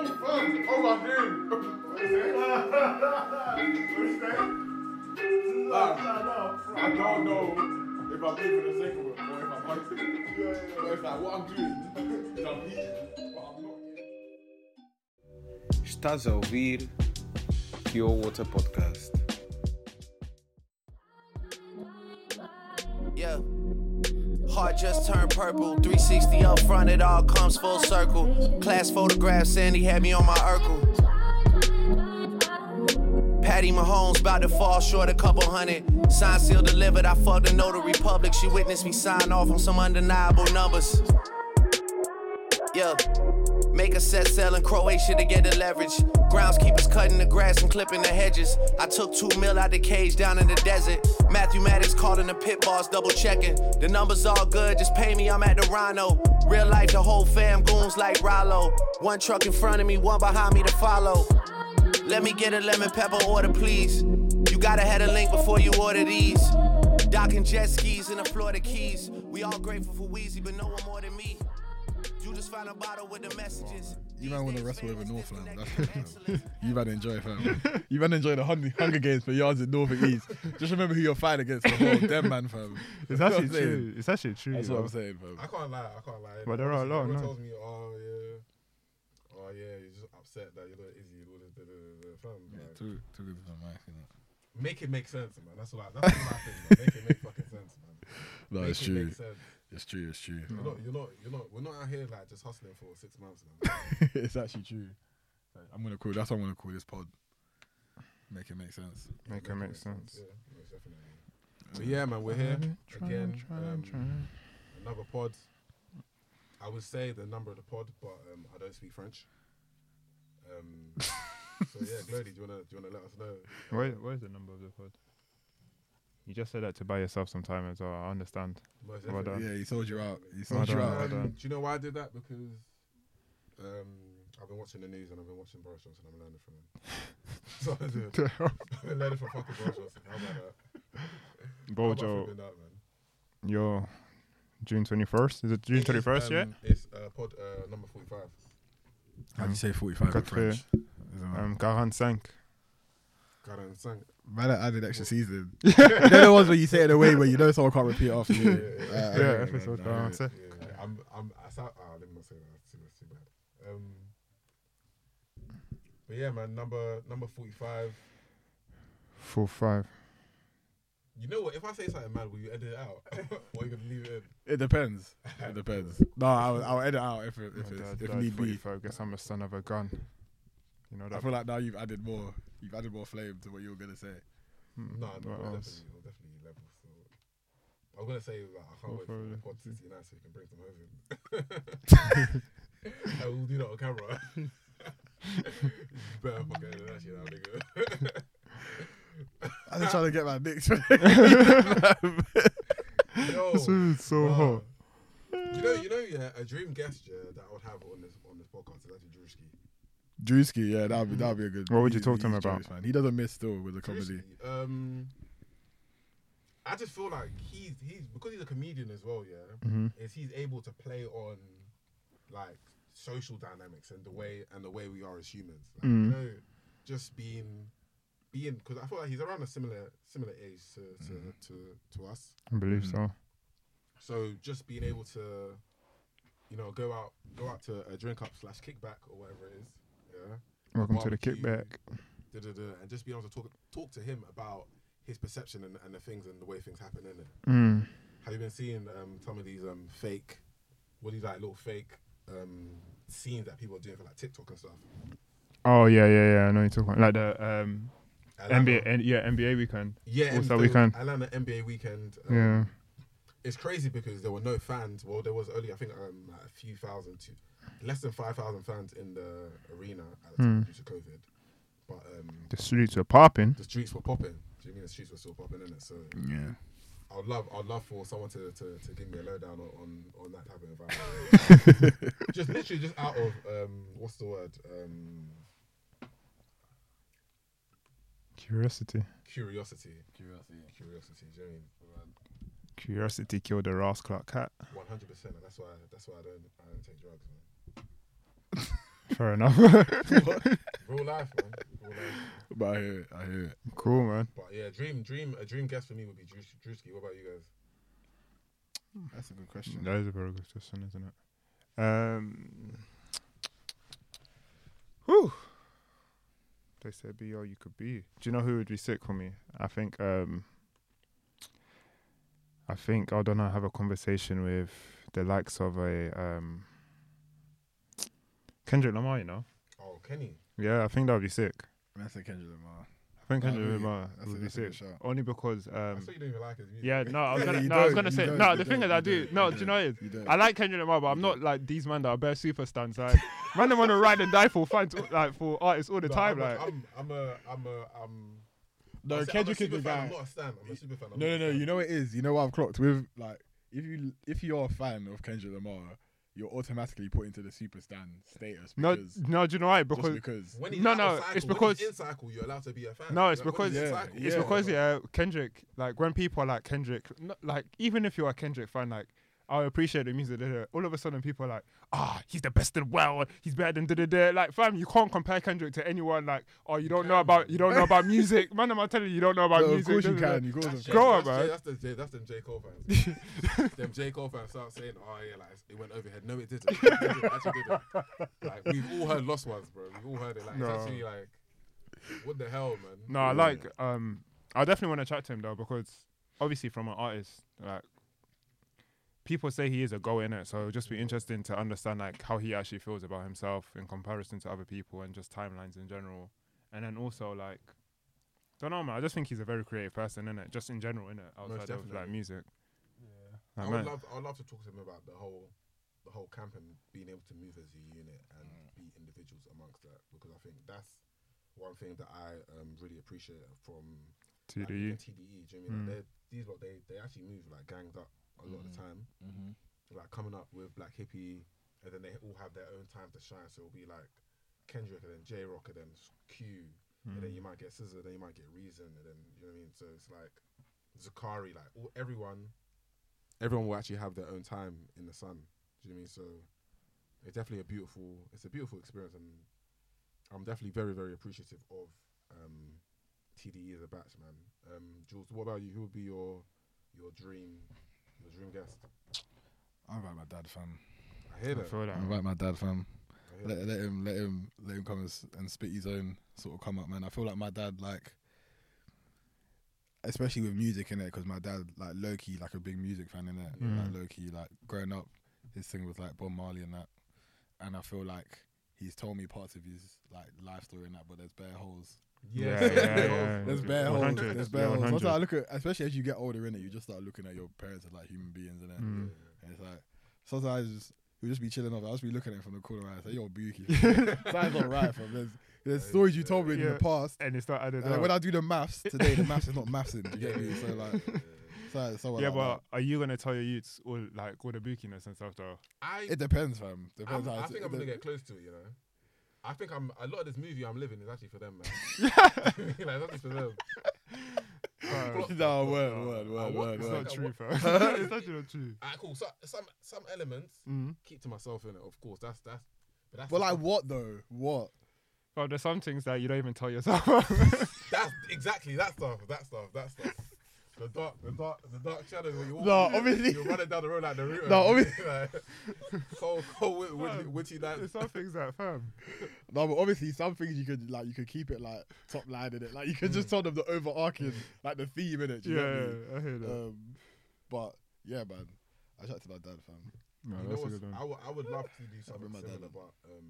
Oh my dude. I don't know if I pay for the second one or if I'm hunting. So it's like what I'm doing is I'm eating, but I'm not. Estás a ouvir Pure Water Podcast. Yeah. Heart just turned purple. 360 up front, it all comes full circle. Class photograph, Sandy had me on my Urkel. Patty Mahomes about to fall short a couple hundred. Sign seal delivered, I fucked the notary public. She witnessed me sign off on some undeniable numbers. Yeah. Make a set sell in Croatia to get the leverage. Groundskeepers cutting the grass and clipping the hedges. I took two mil out the cage down in the desert. Matthew Maddox called in the pit boss, double checking. The numbers all good, just pay me, I'm at the Rhino. Real life, the whole fam goons like Rollo. One truck in front of me, one behind me to follow. Let me get a lemon pepper order, please. You gotta head a link before you order these. Docking jet skis in the Florida Keys. We all grateful for Wheezy, but no one more than me. You just found a bottle with the messages. You might want to wrestle over Northland. you might enjoy, fam. You man enjoy the Hun- Hunger Games for yards in North and East. Just remember who you're fighting against. The whole damn man, fam. It's That's what actually I'm saying. true. It's actually true. That's what yo. I'm saying, fam. I can't lie, I can't lie. But there are a lot, Everyone no? tells me, oh yeah, oh yeah, you're just upset that you're not Izzy and all this, da, da, da, da, fam. like, Too, too good for my mic, innit? make it make sense, man. That's what I, that's what I think. Man. Make it make fucking sense, man. Oh, No, Make it's it true. Make sense. It's true. It's true. You're not, you're not, you're not. We're not out here like just hustling for six months, man. it's actually true. Like, I'm gonna call. That's what I'm gonna call this pod. Make it make sense. Make it make sense. yeah, most definitely. So yeah, man, we're here again. um, Another pod. I would say the number of the pod, but um, I don't speak French. Um, so yeah, Glody, do you wanna do you wanna let us know? Where, where's the number of the pod? You just said that to buy yourself some time as well. I understand. Most Well definitely. done. Yeah, he sold you out. He Well sold you done, out. well Um, done. do you know why I did that? Because um, I've been watching the news and I've been watching Boris Johnson. I'm learning from him. so I did. I've been learning from fucking Boris Johnson. How about that? How about Bojo, flipping that, man? your June 21st? Is it June 21st yet? It's uh, pod uh, number 45. How do you say 45 in Quatre. French? Is that right? Mm. Um, 45. God, I'm sang. Man, I added extra season. you know the ones where you say it in a way where you know someone can't repeat after you. Uh, I Yeah, hear it, that's man. what I I hear it. was saying. Yeah, I'm, I'm, I sound, ah, let me not say that. That's too, that's too bad. Um, but yeah, man, number number 45. Full five. You know what? If I say something mad, will you edit it out? or you going to leave it in? It depends. It depends. No, I'll, I'll edit out if it, My if, it's, dad if died need be. 45. Guess I'm a son of a gun. You know I that. feel like now you've added more. You've added more flame to what you were gonna say. Mm, No, no, what we'll else? definitely, we'll definitely level. So I'm gonna say like, I can't Go wait for for it. Pod 69 so you can bring some over. I will do that on camera. you better fucking do that shit now, nigga. I'm just trying to get my dicks. Yo, This is so wow. hot. You know, you know, yeah, a dream guest yeah, that I would have on this on this podcast is actually Drewski. Drewski, yeah, that'd be that'd be a good. Mm. What would you he's- talk to him he's about? Jewish, man. He doesn't miss still with the comedy. Drewski, Um, I just feel like he's he's because he's a comedian as well. Yeah, Mhm. is he's able to play on like social dynamics and the way and the way we are as humans. Like, Mm. You know, just being being because I feel like he's around a similar similar age to to, Mm-hmm. to, to us. I believe so. So just being able to, you know, go out go out to a drink up slash kickback or whatever it is. Yeah. Welcome to the Barbecue. kickback. Da, da, da, and just being able to talk talk to him about his perception and, and the things and the way things happen in it. Mm. Have you been seeing um, some of these um, fake, what these like little fake um, scenes that people are doing for like TikTok and stuff? Oh yeah, yeah, yeah. I know you're talking about. like the um Atlanta- NBA, N- yeah, NBA weekend. yeah, All-Star the weekend. Atlanta NBA weekend. Um, Yeah, it's crazy because there were no fans. Well, there was only I think um, like a few thousand, two, less than five thousand fans in the arena at the time due to COVID. But um, the streets were popping. the streets were popping. Do you mean the streets were still popping in it? So Yeah. I'd love, I'd love for someone to, to, to give me a lowdown on, on, on that type of environment. just literally, just out of um, what's the word? Um, Curiosity, curiosity. Curiosity. Curiosity. Do you know what I mean? curiosity killed the Ross Clark cat. One hundred percent, and that's why that's why I don't I don't take drugs, man. Fair enough. Real life, man. Real life. But I hear it. I hear it. cool, man. But yeah, dream, dream, a dream guest for me would be Drews- Drewski. What about you guys? That's a good question. That is a very good question, isn't it? Um, whew. They said be all you could be. Do you know who would be sick for me? I think. Um, I think I don't know. Have a conversation with the likes of a um, Kendrick Lamar. You know. Oh, Kenny. Yeah, I think that would be sick. That's a Kendrick Lamar. I think That'd Kendrick be- Lamar that's a- would be that's a good sick. shout. Only because I um, thought you didn't even like his music. yeah, no, I was Yeah, gonna, you no, I was don't, gonna you say, don't, no. you The thing don't, is, I you do. don't, No, you do you don't, know it? you don't. I like Kendrick Lamar, but I'm not like these man that are bare superstars. Like, man, they want to ride and die for fans, like for artists all the No, time. I'm, a- Like, I'm, I'm a, I'm a, I'm. No, I'm a- Kendrick I'm is a super the fan, guy. I'm not a stan. I'm a super fan. I'm No, not no, a no. stan. You know what it is. You know what I've clocked with like if you if you're a fan of Kendrick Lamar, you're automatically put into the superstan status no, because no, do you know why? Because just because When he's No, out of no, cycle, it's when because- he's in cycle, you're allowed to be a fan. No, it's Like, when because- he's in Yeah, cycle, it's yeah. because yeah, Kendrick. Like when people are like Kendrick, n- like even if you're a Kendrick fan, like I appreciate the music. da-da-da. All of a sudden, people are like, ah, he's the best in the world. He's better than da da da. Like fam, you can't compare Kendrick to anyone. Like, oh, you don't know about you don't know about music. Man, am I telling you, you don't know about No, of music? course you da-da-da. can. You go That's to J- Grow up, that's J- man. That's the J. That's them J Cole fans. them J Cole fans start saying, "Oh yeah, like it went overhead." No, it didn't. It didn't. It actually didn't. Like we've all heard lost ones, bro. We've all heard it. Like No. it's actually like, what the hell, man? No, I like. Um, I definitely want to chat to him though because obviously from an artist, like people say he is a go in it, so it'll just be interesting to understand like how he actually feels about himself in comparison to other people and just timelines in general, and then also like. Don't know, man. I just think he's a very creative person, innit? Just in general, innit? Outside of like definitely. music. I Like, would man, love. I'd love to talk to him about the whole, the whole camp and being able to move as a unit and be individuals amongst that because I think that's one thing that I um, really appreciate from like, TDE. even TDE, E, do you know what I mean? Like, they're- these lot, they, they actually move like gangs up a lot of the time. Like coming up with Black Hippie, and then they all have their own time to shine. So it'll be like Kendrick, and then J Rock, and then Q, and then you might get Scissor, then you might get Reason, and then you know what I mean. So it's like Zakari, like all, everyone, everyone will actually have their own time in the sun. Do you know what I mean? So it's definitely a beautiful, it's a beautiful experience, and I'm definitely very, very appreciative of um, TDE as a batch, man. Um, Jules, what about you? Who would be your your dream your dream guest? I invite my dad, fam. I hear I that. feel that. I invite my dad, fam. I hear Let, that. let him, let him, let him come and, s- and spit his own sort of come up, man. I feel like my dad, like, especially with music in it, because my dad, like, low key, like a big music fan in it. Like low key, like growing up, his thing was like Bob Marley and that, and I feel like he's told me parts of his like life story and that, but there's bare holes. Yeah, Yes. yeah, yeah. There's bare holes. 100, There's yeah, bare holes. 100. Sometimes I look at, especially as you get older in it, you just start looking at your parents as like human beings in it. Mm. And it's like sometimes we just be chilling off. I'll just be looking at it from the corner. I say, "Yo, Buki, something's not right." From there's there's stories you told me in Yeah. the past. And it's not Uh, added And like, up. when I do the maths today, the maths is not mathsing. Do you get me? So like, so, so yeah, like, but are you gonna tell your youths all like all the bookiness and stuff though? I it depends, fam. Depends. I'm, how I it's- think I'm the- gonna get close to it. You know, I think I'm a lot of this movie I'm living is actually for them, man. like that's just for them. No word, word, I word, want- word, it's It's word. not Like, true, what- fam. it's actually not true. Alright, cool. So some some elements Mm. keep to myself in it. Of course, that's that's. But that's But Mm-hmm. like, what though? What? Well, there's some things that you don't even tell yourself. That's exactly that stuff. That stuff. That stuff. The dark, the dark, the dark shadows. Where you walk, No, obviously- You're running down the road like the route. No, obviously- like, cold, cold, wit- wit- witty night. there's some things that, fam. No, but obviously some things you could like you could keep it like top line in it. Like you could just tell them the overarching like the theme in it. Yeah, I hear that. Um, but yeah, man, I shout to my dad, fam. no, You know that's a what's- good I one. would- I would love to do something my dad similar, in. but um,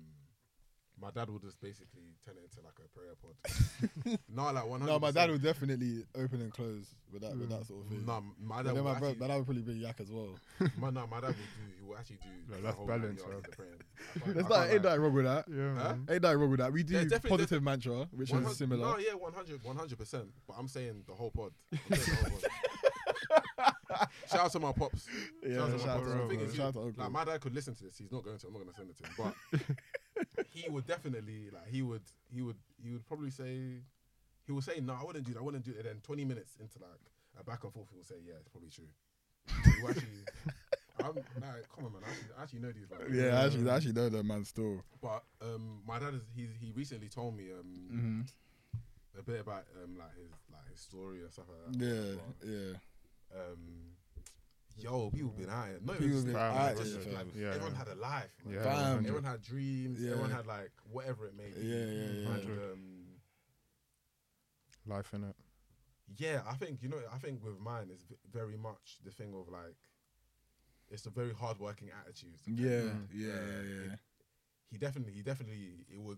my dad would just basically turn it into like a prayer pod. no, like one hundred. No, my dad would definitely open and close with that with that sort of thing. No, my and dad then would Mm. my, bro- actually. my dad would probably bring yak as well. my, no, my dad would do. He would actually do. No, the that's whole nine balance, yards bro. of the prayer. I can't- There's I not, can't ain't lie. nothing wrong with that. Yeah, Huh? man. Ain't nothing wrong with that. We do Yeah, definitely- positive mantra, which One is hun- similar. No, yeah, 100 percent. But I'm saying the whole pod. I'm saying the whole pod. Shout out to my pops. Yeah, shout out to my shout out pops. to The Uncle, thing is, shout you- out to Uncle. Like my dad could listen to this. He's not going to. I'm not going to send it to him. But he would definitely like he would he would he would probably say he would say no, I wouldn't do that. I wouldn't do that. And then 20 minutes into like a back and forth, he would say yeah, it's probably true. He would actually, I'm, nah, come on, man. I actually, I actually know these. Like, Yeah, I actually, I actually know that man still. But um, my dad is he he recently told me um Mm-hmm. a bit about um like his like his story and stuff like that. Yeah, But, yeah. um, yo, people been out here. No, People even been like, out just, here, like, fam. Yeah. everyone had a life. man. Yeah, Fam. 100. Everyone had dreams. Yeah. Everyone had like whatever it may be. Yeah, yeah, yeah. And, Hundred. um, life in it. yeah, I think you know. I think with mine it's v- very much the thing of like, it's a very hardworking attitude. Yeah, Mm. yeah, Uh, yeah, yeah. he definitely, he definitely, it would.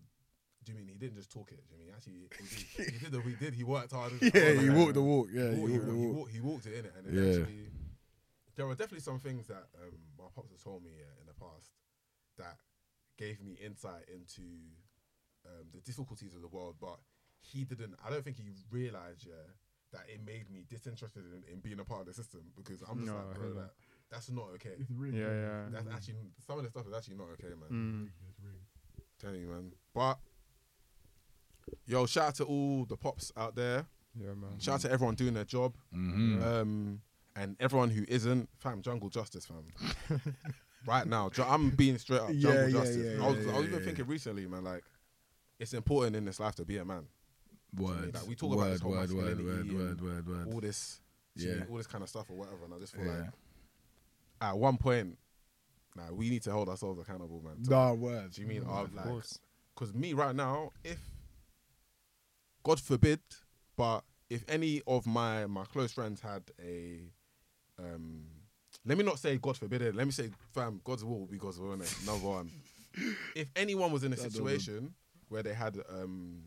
Do you mean he didn't just talk it? Do you mean actually he did, he did the he did he worked hard. innit? Yeah, Like, he walked the walk. He Yeah, he walked, he walked the walked- he walk. walked- he walked it in it, and it Yeah. actually, there were definitely some things that um, my pops has told me uh, in the past that gave me insight into um, the difficulties of the world. But he didn't. I don't think he realized yeah that it made me disinterested in, in being a part of the system because I'm just No, I like, hear bro, that. that, that's not okay. Yeah, yeah. That's actually some of the stuff is actually not okay, man Mm. telling you, man. But yo, shout out to all the pops out there. Yeah, man. Shout out to everyone doing their job. Mm-hmm. Um, and everyone who isn't, fam, jungle justice, fam. right now, ju- I'm being straight up Yeah, jungle yeah, justice. yeah, I was, yeah, I was yeah, even yeah. thinking recently, man. Like, it's important in this life to be a man. Word. Like, we talk about word, this whole word, word, masculinity word, and word, word, word. All this, Yeah. all this kind of stuff or whatever. And I just feel Yeah. like, at one point, nah, we need to hold ourselves accountable, man. to- Nah, word. Do you mean uh, Of I've like? course. Because me right now, if God forbid, but if any of my my close friends had a, um, let me not say God forbid it. Let me say, fam, God's will will be God's will. Innit? Number one. If anyone was in a That doesn't- situation where they had um,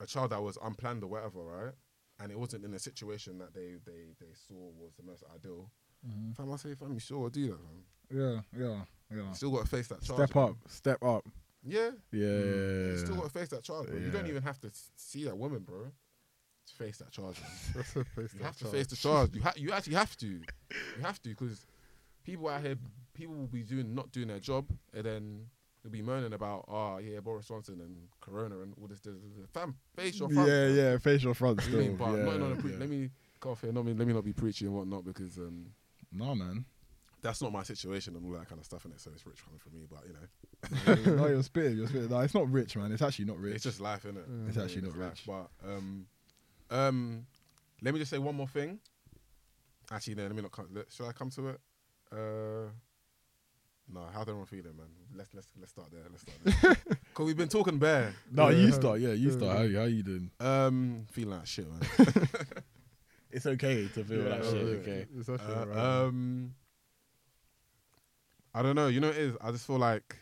a child that was unplanned or whatever, right, and it wasn't in a situation that they they they saw was the most ideal, Mm-hmm. fam, I say, fam, you sure do that, fam. Yeah, yeah, yeah. You still got to face that child. Step up, step up. Yeah. Yeah. You still got to face that charge, bro. You don't Yeah. even have to s- see that woman, bro. To face that charge, man. Face You have that to face the charge. You, ha- you actually have to. You have to because people out here, people will be doing not doing their job, and then they'll be moaning about, oh yeah, Boris Johnson and Corona and all this. this, this, this." Fam, face your front. Yeah, fam. yeah, facial front Do still. you mean? But yeah, not in on a pre- yeah. Let me cut off here. Not me, let me not be preaching and whatnot because um, No, man. that's not my situation and all that kind of stuff in it. So it's rich coming from me, but you know, no, you're spitting, you're spitting. No, it's not rich, man. It's actually not rich. It's just life, isn't it? It's actually not life. But um, um, let me just say one more thing. Actually, no, let me not. Come, let, should I come to it? Uh, no. How's everyone feeling, man? Let's let's let's start there. Let's start there. Cause we've been talking bare. no, you start. Yeah, you start. How, how you doing? Um, feeling like shit, man. It's okay to feel Yeah, that shit. Okay. It's actually Uh, right. um, I don't know. You know, what it is. I just feel like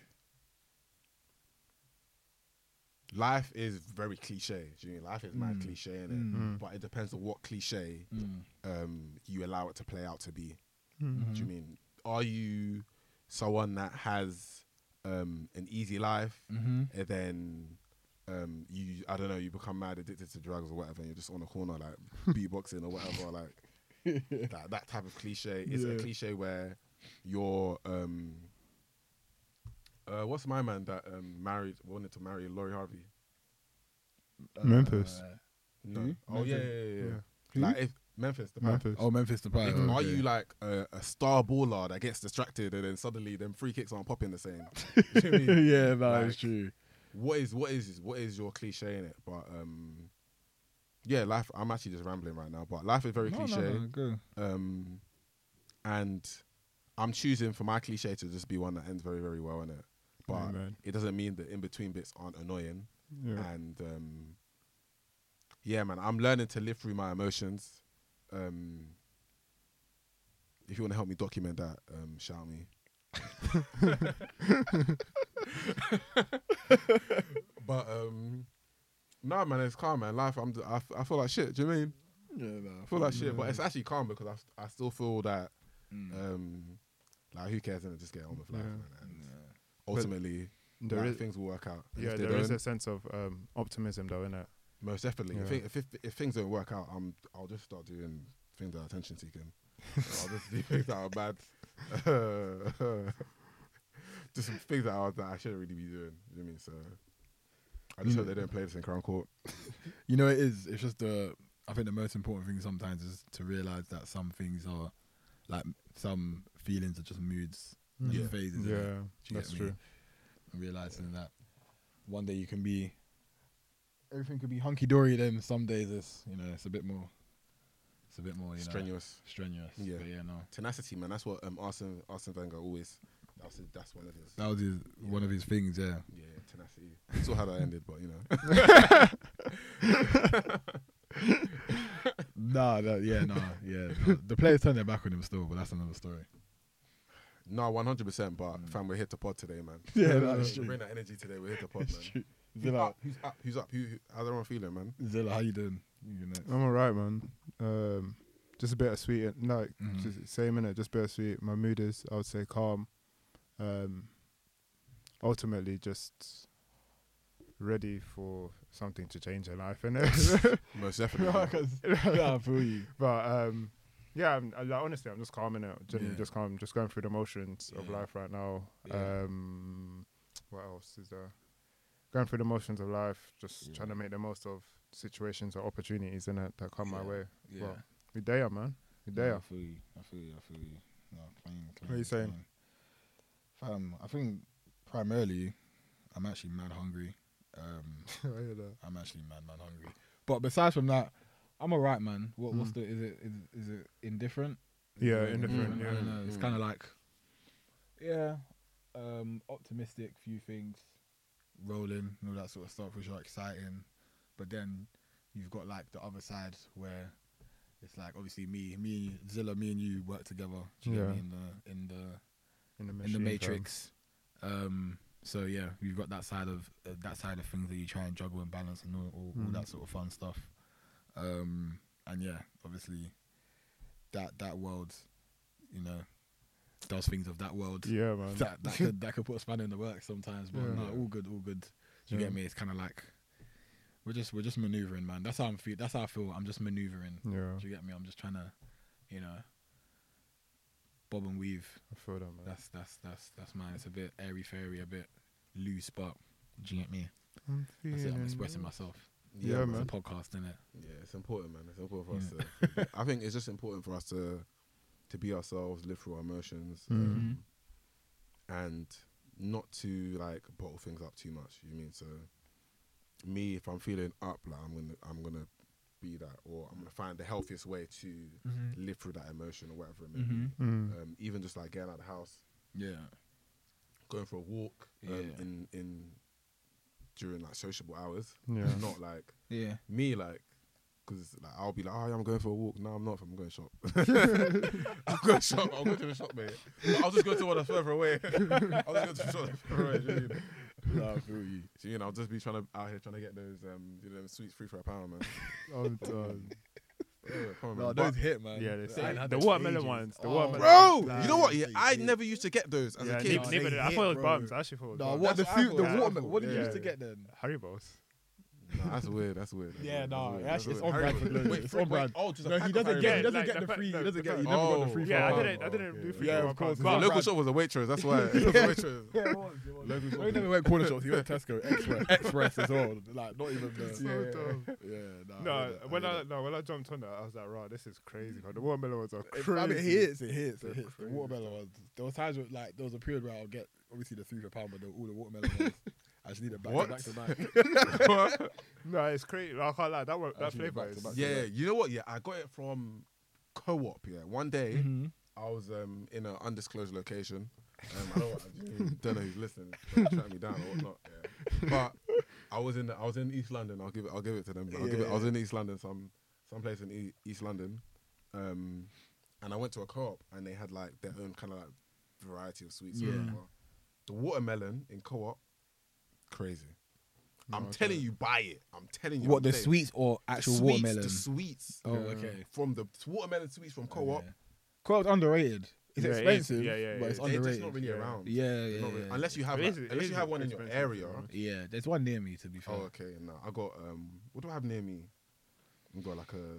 life is very cliche. Do you know, life is mad Mm. cliche, innit? Mm. But it depends on what cliche Mm. um, you allow it to play out to be. Mhm. Do you mean are you someone that has um, an easy life Mhm. and then um, you I don't know you become mad addicted to drugs or whatever and you're just on the corner like beatboxing or whatever like that that type of cliche is a Yeah. cliche where you're um, uh, what's my man that um, married wanted to marry Laurie Harvey Memphis. no Who? oh yeah yeah Memphis. yeah, yeah. Yeah. Who? like if Memphis the Memphis. Memphis. Oh, Memphis Depay. If- okay. Are you like a, a star baller that gets distracted and then suddenly them free kicks aren't popping the same? Do you know what I mean? yeah, no, Like- it's true. What is what is what is your cliche in it? But um, yeah, life. I'm actually just rambling right now, but life is very No, no, cliche. no, go. Um, and I'm choosing for my cliche to just be one that ends very very well in it. But Amen. it doesn't mean the in between bits aren't annoying. Yeah. And um, yeah, man, I'm learning to live through my emotions. Um, if you want to help me document that, um, shout me. but um, no, man, it's calm, man. Life, I'm, I, f- I feel like shit. Do you know what I mean? Yeah, no. I feel like shit, but it's actually calm because I, s- I still feel that Mm. um, like who cares and just get on with life, Yeah. man. And ultimately, There like, is, things will work out. And yeah, if they there is don't- a sense of um, optimism, though, in it. most definitely. If, Yeah. thi- if, if, if things don't work out, I'm, I'll just start doing things that are attention seeking. I'll just do things that are bad. just some things that I, that I shouldn't really be doing. You know what I mean? So I just hope they don't play this in Crown Court. You know, it is. It's just the. I think the most important thing sometimes is to realize that some things are, like, some feelings are just moods and Yeah. phases. Yeah, innit? Do you that's get me? true. And realizing that one day you can be, everything could be hunky dory. Then some days it's you know it's a bit more, it's a bit more you know Strenuous. strenuous. Yeah. But yeah, no. Tenacity, man. That's what um, Arsene, Arsene Wenger always. That's, his- that's one of his. That was his, one of his things. Yeah. Yeah, tenacity. That's all how that ended, but you know. Nah, that, yeah, nah, yeah. nah. The players turned their back on him still, but that's another story. no, one hundred percent. But fam, we're here to pod today, man. Yeah, that's We true. Bring that energy today. We're here to pod, man. Who's Zilla, up? Who's up? Who's up? Who, who, how's everyone feeling, man? Zilla, how you doing? You next. I'm alright, man. Um, just a bit of sweet, like just same minute, just bit of sweet. My mood is, I would say, calm. Um, ultimately, just ready for something to change in life, innit? Most definitely. yeah, I feel you. but um, yeah, I'm, I, like, honestly, I'm just calming it. Generally Yeah. Just calm, just going through the motions of Yeah. life right now. Yeah. Um, what else is there? Going through the motions of life, just trying to make the most of situations or opportunities in it that come my Yeah. way. Yeah. Well, we there, man. We Yeah, there. I feel you. I feel you. I feel you. No, clean, clean, you saying? clean. Fam, I think primarily, I'm actually mad hungry. Um, I hear that. I'm actually mad, mad hungry. But besides from that, I'm alright, man. What, Mm. what's the? Is it? Is, is it indifferent? Is Yeah, it indifferent, Mm, I don't yeah. Mm. know. It's kind of like, yeah, um, optimistic. Few things rolling and all that sort of stuff, which are exciting. But then you've got like the other side where it's like obviously me, me, Zilla, me and you work together. Do you get Yeah. me? In the in the In the, in machine, the fam. matrix. Um, so yeah, you've got that side of uh, that side of things that you try and juggle and balance and all, all, Hmm. all that sort of fun stuff. Um, and yeah, obviously, that that world, you know, does things of that world. Yeah, man. That that could that could put a spanner in the works sometimes, but Yeah. no, all good, all good. Do you Yeah. get me? It's kind of like we're just we're just maneuvering, man. That's how I'm feel. That's how I feel. I'm just maneuvering. yeah, Do you get me? I'm just trying to, you know, bob and weave I feel that, man. that's that's that's that's mine. It's a bit airy fairy, a bit loose, but do you get me? I'm That's it. I'm feeling expressing myself. Yeah, man. man. It's a podcast, innit? Yeah, it's important, man. It's important for us to. I think it's just important for us to to be ourselves, live through our emotions, Mm-hmm. um, and not to like bottle things up too much. You mean so? Me, if I'm feeling up, like I'm gonna, I'm gonna be that, or I'm gonna find the healthiest way to live through that emotion or whatever it may be. Mm. Um, even just like getting out of the house, Yeah. going for a walk um, Yeah. in in during like sociable hours. Yeah. Not like Yeah. me like because like I'll be like, oh yeah, I'm going for a walk. No, I'm not. I'm going shop. I'm going shop. I'll go to the shop, mate. But I'll just go to one that's further away. I'll just go to the shop that's further away. do you know what I mean? Nah, I feel you. So, you know, I'll just be trying to out here trying to get those um, you know, them sweets free for a pound, man. I'm done. Yeah, come on, No, man. those But- hit, man. Yeah, they I say- ain't had the those watermelon ages. ones, the Oh, watermelon bro, ones. you know what? Nah, Yeah, they I hit. never used to get those as Yeah, a neither- kid. Nah, neither they did I. I hit, thought it was bro. bums. I actually thought it was Nah, bums. what the That's what I food, the thought. watermelon? What did you Yeah. used to get then? Haribos. Nah, that's weird. That's weird. That's Yeah, weird, nah, that's weird, it actually- that's it's on weird. brand for Harry- Glazers, wait, it's free- on brand. wait, Oh, just a No, pack of he doesn't Harry get. He Potter. doesn't like get the the fact- free. He the- doesn't the get. He fact- never got the Oh. free. Yeah, I for a didn't. I pound. didn't do free. for Yeah, of a course, pound. it's The on But local brand. shop was a waitress. That's why. Yeah, it Waitress. Yeah, it was, it was. Local shop. Well, he never went corner shops. He went Tesco, Express, Express as well. Like not even the. dumb. Yeah, nah, I No, get it, when get it. I no when I jumped on that, I was like, right, this is crazy. Like, the watermelon ones are If- crazy. I mean, it hits, it hits, They're it hits. crazy The watermelon ones. There was times where, like, there was a period where I'll get obviously the three for pound, but they were all the watermelon ones. I just need it back to What? back to back. No, it's crazy. Like, I can't lie. That one, that Actually, flavor back to is. back. Yeah, you know what? Yeah, I got it from co-op. Yeah, one day Mhm. I was um in an undisclosed location. Um, I don't, I don't know who's listening, but shut me down or whatnot. Yeah. But I was in the, I was in East London. I'll give it. I'll give it to them. I'll give it. I was in East London, some some place in e- East London, um, and I went to a co-op and they had like their own kind of like variety of sweets. or Yeah. whatever. The watermelon in co-op, crazy. I'm telling you, buy it. I'm telling you. I'm saying- or sweets, The sweets. Oh, okay. From the watermelon sweets from co op. Co-op's underrated. Yeah, It's it is. expensive, Yeah, yeah, but yeah. it's They're They're underrated. just not really Yeah. around. yeah, They're yeah, not really- yeah. Unless you have, It like- is- it unless is you have one in your expensive, area. you know. Yeah, there's one near me. To be fair, Oh, okay. No, I got um. What do I have near me? I got like a,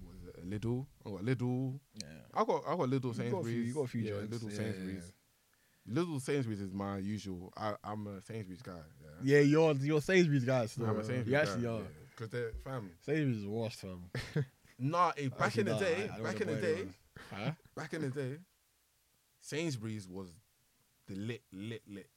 what is it, a Lidl. I got Lidl. yeah. I got I got Lidl You got a few- Sainsbury's. you got a few yeah, joints. Lidl Yeah, yeah, Sainsbury's. Lidl Sainsbury's is my usual. I I'm a Sainsbury's guy. Yeah. yeah, you're you're Sainsbury's guys. I'm a Though, Sainsbury's you actually guy. are. Because they're fam. Sainsbury's is washed, fam. Nah, eh, back Actually, in the nah, day, I- I don't back wanna in the boil it, day, man. Huh? back in the day, Sainsbury's was the lit, lit, lit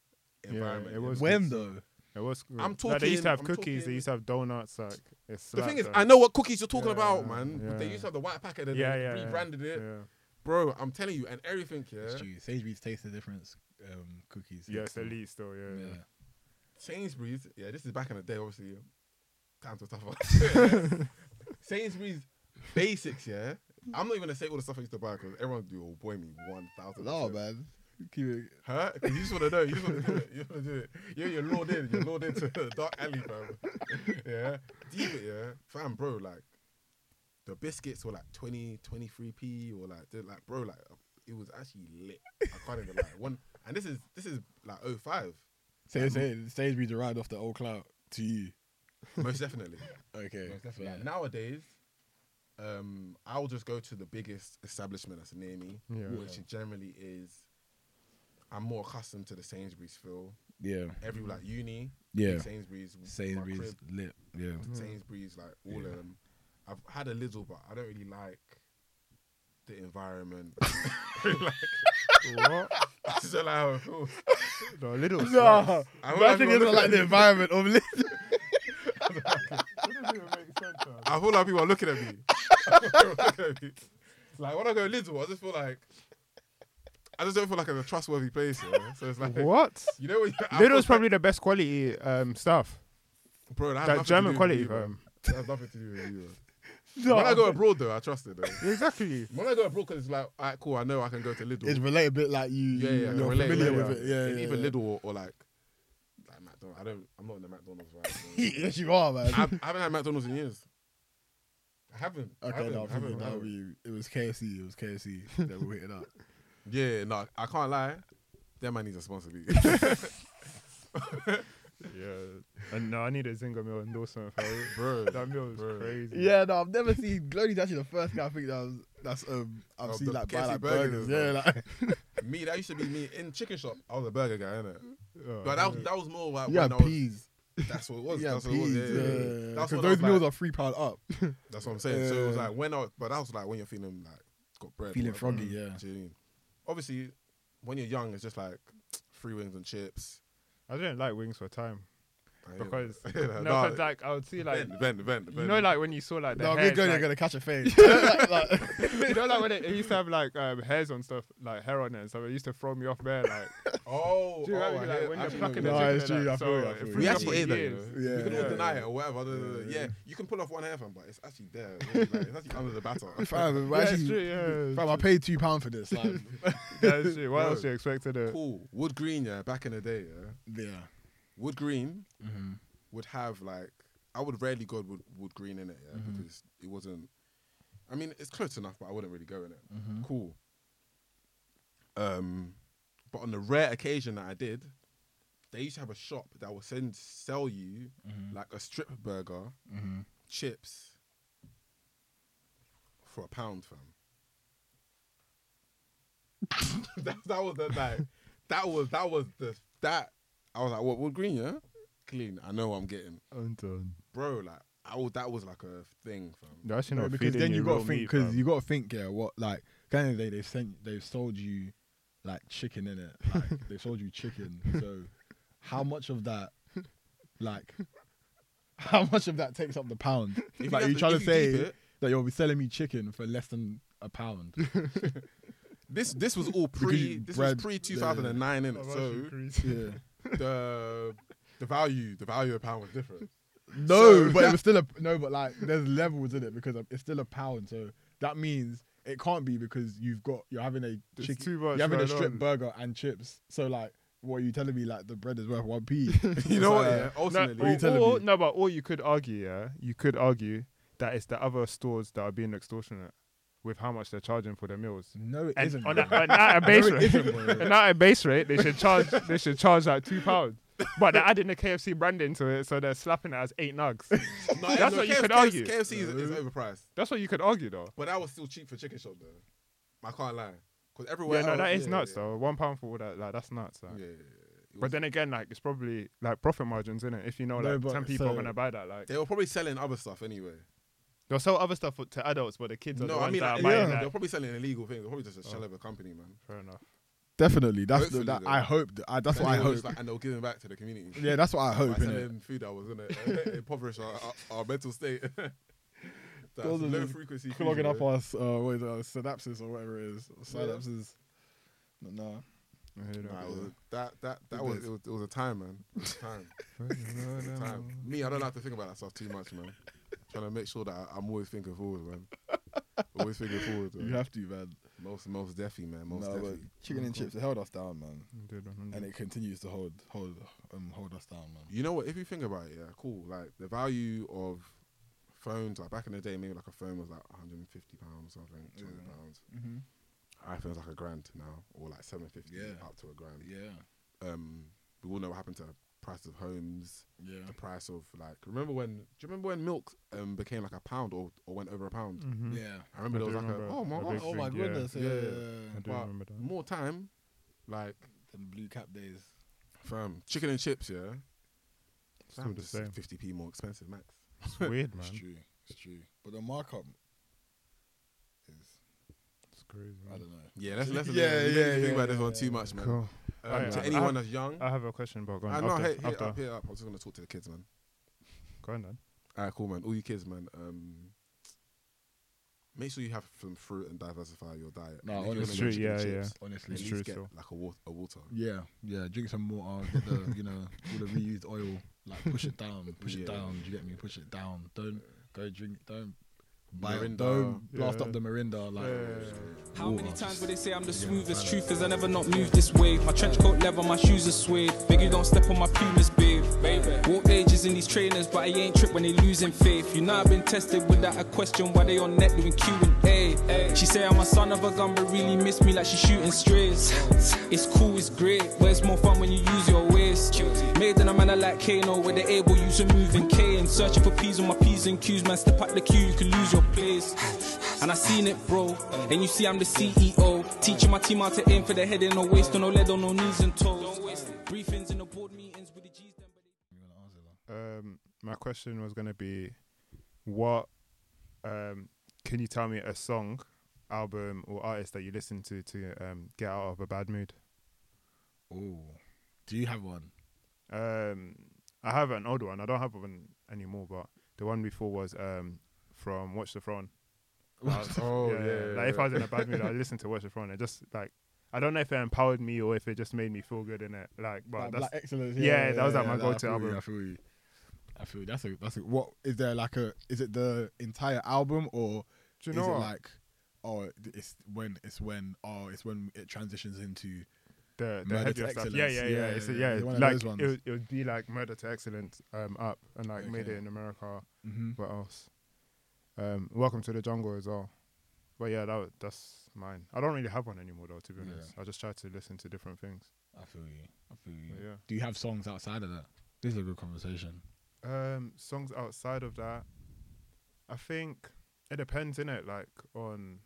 environment. it was. When though? It was. I'm Like, they used to have talking- I'm cookies. talking- They used to have donuts. Like it's. The thing slapped, is, like- I know what cookies you're talking Yeah, about, man. But they yeah. used to have the white packet and Yeah, they yeah. rebranded yeah. it, bro. I'm telling you, and everything here, It's true. Sainsbury's taste the difference. Um, cookies. Yeah, it's elite still. Yeah. Yeah. yeah. Sainsbury's. Yeah, this is back in the day, obviously. Times were tougher. Sainsbury's basics. Yeah, I'm not even gonna say all the stuff I used to buy because everyone do oh boy me one thousand. No man. Keep it. Huh? Because you just want to know. You just want to do it. You want to do it. You're, you're lured in. You're lured into the dark alley, fam. yeah. Deep it, yeah. Fam, bro, like, the biscuits were like 20, 23p or like, they're like, bro, like, um, it was actually lit. I can't even lie. One, and this is, this is like 05. Say say Sainsbury's arrived off the old clout to you. Most definitely. Okay. Most definitely. fair. Like, nowadays, um, I'll just go to the biggest establishment that's near me, Yeah. which generally is, I'm more accustomed to the Sainsbury's feel. Yeah. Every like uni, Yeah. Sainsbury's, my Sainsbury's crib, lit. Yeah. Mm-hmm. Mm-hmm. Sainsbury's, like all Yeah. of them. I've had a little, but I don't really like the environment. What? That's just how it feels. The little. No, I feel imagine like it's not like the environment of lit. I feel like people are looking at me. I feel like people are looking at me. like when I go little, I just feel like I just don't feel like it's a trustworthy place. Yeah? So it's like What? You know what? I feel Lidl's like- probably the best quality um, stuff. bro. That, has nothing That to do German with quality, you, bro. fam. That has nothing to do with you. Bro. When I go abroad, though, I trust it. Though. Exactly. When I go abroad, because it's like, alright, cool. I know I can go to Lidl. It's related a bit like you. yeah, yeah, You're relate, familiar relate. with it. Yeah. And yeah, even yeah. Lidl or, or like, like McDonald's. I don't. I'm not in the McDonald's right. yes, you are, man. I, haven't- I haven't had McDonald's in years. I haven't. I okay, haven't, no, I haven't, I that would haven't. be. It was KFC. It was KFC that we hitting up. Yeah, no, I can't lie. That man needs a sponsor. B. Yeah. And no, I need a Zinger meal endorsement, fam. bro. That meal is Bro. crazy. Yeah, no, I've never seen. Glony's actually the first guy I think that was, that's um I've Oh, seen the like buy KFC like burgers. burgers, Yeah, like me, that used to be me in chicken shop. I was a burger guy, innit? Oh, But that was that was more like yeah, when I was. Mm. peas. That's what it was. Yeah, that's what it was. peas. Yeah, Yeah, yeah, yeah. That's because when I those was meals like- are three pound up. That's what I'm saying. so it was Yeah. like when I, but that was like when you're feeling like got bread, Feeling whatever. froggy, Do you yeah. know what I mean? Obviously, when you're young, it's just like free wings and chips. I didn't like wings for time I hear that. because I hear no, that. 'cause, like I would see like Vent, vent, vent, you vent. know like when you saw like the No, me and hairs, Glony are like, gonna catch a fade. you know like when it, it used to have like um, hairs on stuff like hair on it and stuff. It used to throw me off there like. oh, Do you oh, know what I I mean? hear- Like when I you're actually plucking know the No, what chicken, it's true, like, I feel so you, I it feel threw you mean. we me you. off actually for ate that. You, years. know? you can all Yeah. deny it or whatever. da, da, da, da. Yeah, you can pull off one hair, fam, but it's actually there. It's like- it's actually under the batter. Fam, Yeah, I it's actually- true, yeah, it's fam, I paid two pound for this. Like, That's shit. What Bro. else you expected? It? cool. Wood Green, yeah, back in the day, yeah. yeah, Wood Green would have like I would rarely go Wood, Wood Green in it, yeah, because it wasn't. I mean, it's close enough, but I wouldn't really go in it. Cool. Um, but on the rare occasion that I did, they used to have a shop that would send sell you like a strip burger, chips for a pound, fam. that, that was the like, that was that was the that I was like, what Wood Green, yeah, clean. I know what I'm getting, I'm done. bro. Like, I was, that was like a thing, fam. That's not because feeding then you got real to think meat, because fam. you got to think yeah what like kind of they they've sent they've sold you like chicken in it like they've sold you chicken so how much of that like how much of that takes up the pound you like have you're to- trying if you to say keep it- that you'll be selling me chicken for less than a pound This this was all pre you this bred- was pre 2009 innit? How much you so greasy. yeah the the value the value of pound was different. no So but it that- was still a no but like there's levels in it because it's still a pound so that means it can't be because you've got you're having a There's chicken too much You're having a going strip on. burger and chips. So like, what are you telling me? Like the bread is worth one p. You know what? Yeah, No, ultimately, you telling or, or, me? no, but or you could argue, yeah, you could argue that it's the other stores that are being extortionate with how much they're charging for their meals. No, it And isn't. on bro. a, an at a base No, it rate, isn't, bro. an at a base rate, they should charge they should charge like two pounds. But they're adding the KFC brand into it, so they're slapping it as eight nugs. No, That's no, what you KFC could argue. KFC is, is overpriced, That's what you could argue, though. but that was still cheap for chicken shop though. I can't lie, because everywhere Yeah, no, else, that is yeah, nuts yeah, though. One pound for all that, like that's nuts. Like. Yeah, yeah, yeah. It was- But then again, like it's probably like profit margins in it. If you know, No, like but ten people so- are gonna buy that, like they were probably selling other stuff anyway. they'll sell other stuff for, to adults, but the kids are the No, ones I mean, that like, are buying they that. Oh. were probably selling illegal things. They're probably just a shell of a company, man. Fair enough. Definitely. That's the, Hopefully, that. though. I hope. That, I, that's And what I he was hope. just like, and they'll give him back to the community. yeah, that's what I hope. I sent innit? him food that was gonna uh, impoverish our, our, our mental state. That's Those are low just frequency. Clogging fusion, up bro. our s- uh, what is it, our synapses or whatever it is. Synapses. No, no. I hear that, Nah, it yeah. was a- that that that It was is. it, was it was a time, man. It was a time. It was a time. Me, I don't like to think about that stuff too much, man. Trying to make sure that I, I'm always thinking forward, man. Always thinking forward. Man. You have to, man. most most deafy, man. Most no, but deafy. chicken and chips it held us down, man, Indeed, 100. and it continues to hold, hold, um, hold us down, man. You know what? If you think about it, yeah, cool. Like the value of phones, like back in the day, maybe like a phone was like 150 pounds, something, 200 pounds. Mm-hmm. iPhone's like a grand now, or like 750 Yeah. up to a grand. Yeah, Um, we all know what happened to the price of homes, yeah. the price of like. Remember when? Do you remember when milk um became like a pound or or went over a pound? Mhm. Yeah. I remember I there was do like a remember oh my a god, big oh, Oh my Yeah. goodness. Yeah. Yeah. yeah. I do but remember that. more time, like Them blue cap days. fam, chicken and chips, yeah. Still Fam, the just same. 50p more expensive, max. It's weird, man. It's true. It's true. But the markup is It's crazy. I man. don't know. Yeah, that's Yeah, less. yeah, Yeah, yeah, yeah. Think yeah, about this one yeah, too much, man. Cool. Um, Alright, to I- anyone I- that's young, I have a question, but go I on. know. after, Uh, Hey, hey, after. up, hey, up. I was just gonna talk to the kids, man. Go on then. All right, cool, man. All you kids, man. Um, make sure you have some fruit and diversify your diet. No, And if you're honestly, gonna get True, chicken yeah, chips, At Honestly. least true, get so. like a water. A water. Yeah, yeah. Drink some water. Get the you know all the reused oil. Like push it down. Push Yeah. it down. Do you get me? Push it down. Don't go drink. Don't buy. Mirinda. Don't blast Yeah. up the Mirinda. Like How many Water. times will they say I'm the smoothest? Truth is, I never not moved this way. My trench coat leather, my shoes are suede. Big, you don't step on my pumas, babe. Walk ages in these trainers, but I ain't tripped when they losing faith. You know I've been tested without a question. Why they on net doing Q and A? She say I'm a son of a gun, but really miss me like she shooting strays. It's cool, it's great, but it's more fun when you use your waist. Made in a manner like Kano, where they able use a moving cane. Searching for P's on my P's and Q's, man. Step out the queue, you can lose your place. And I seen it, bro. And you see, I'm the CEO. Teaching my team how to aim for the head and no waist, on no lead, on no knees and toes. Briefings in the board meetings with the G's. then- Um, my question was gonna be, what um, can you tell me a song, album, or artist that you listen to to um, get out of a bad mood? Oh, do you have one? Um, I have an old one. I don't have one anymore, but the one before was um, from Watch the Throne. Oh yeah, Like if I was in a bad mood, I listened to Watch the Throne. It just like I don't know if it empowered me or if it just made me feel good in it. Like, but Like that's Black excellence. yeah, that was like my I go-to feel you, album. I feel you. I feel you. That's a that's a what is there like a is it the entire album or Do you is know it what? like oh it's when it's when oh it's when it transitions into the, the Murder head to your stuff. Excellence. Yeah, yeah, yeah. Yeah, It's, yeah, yeah, yeah. One of like those it ones. would, it would be like Murder to Excellence um, up and like made it Okay. in America. mm-hmm. What else? Um, Welcome to the Jungle as well. But yeah, that wa- that's mine. I don't really have one anymore though. To be Yeah. honest, I just try to listen to different things. I feel you. I feel you. But yeah. Do you have songs outside of that? This is a good conversation. Um, songs outside of that, I think it depends in it, like on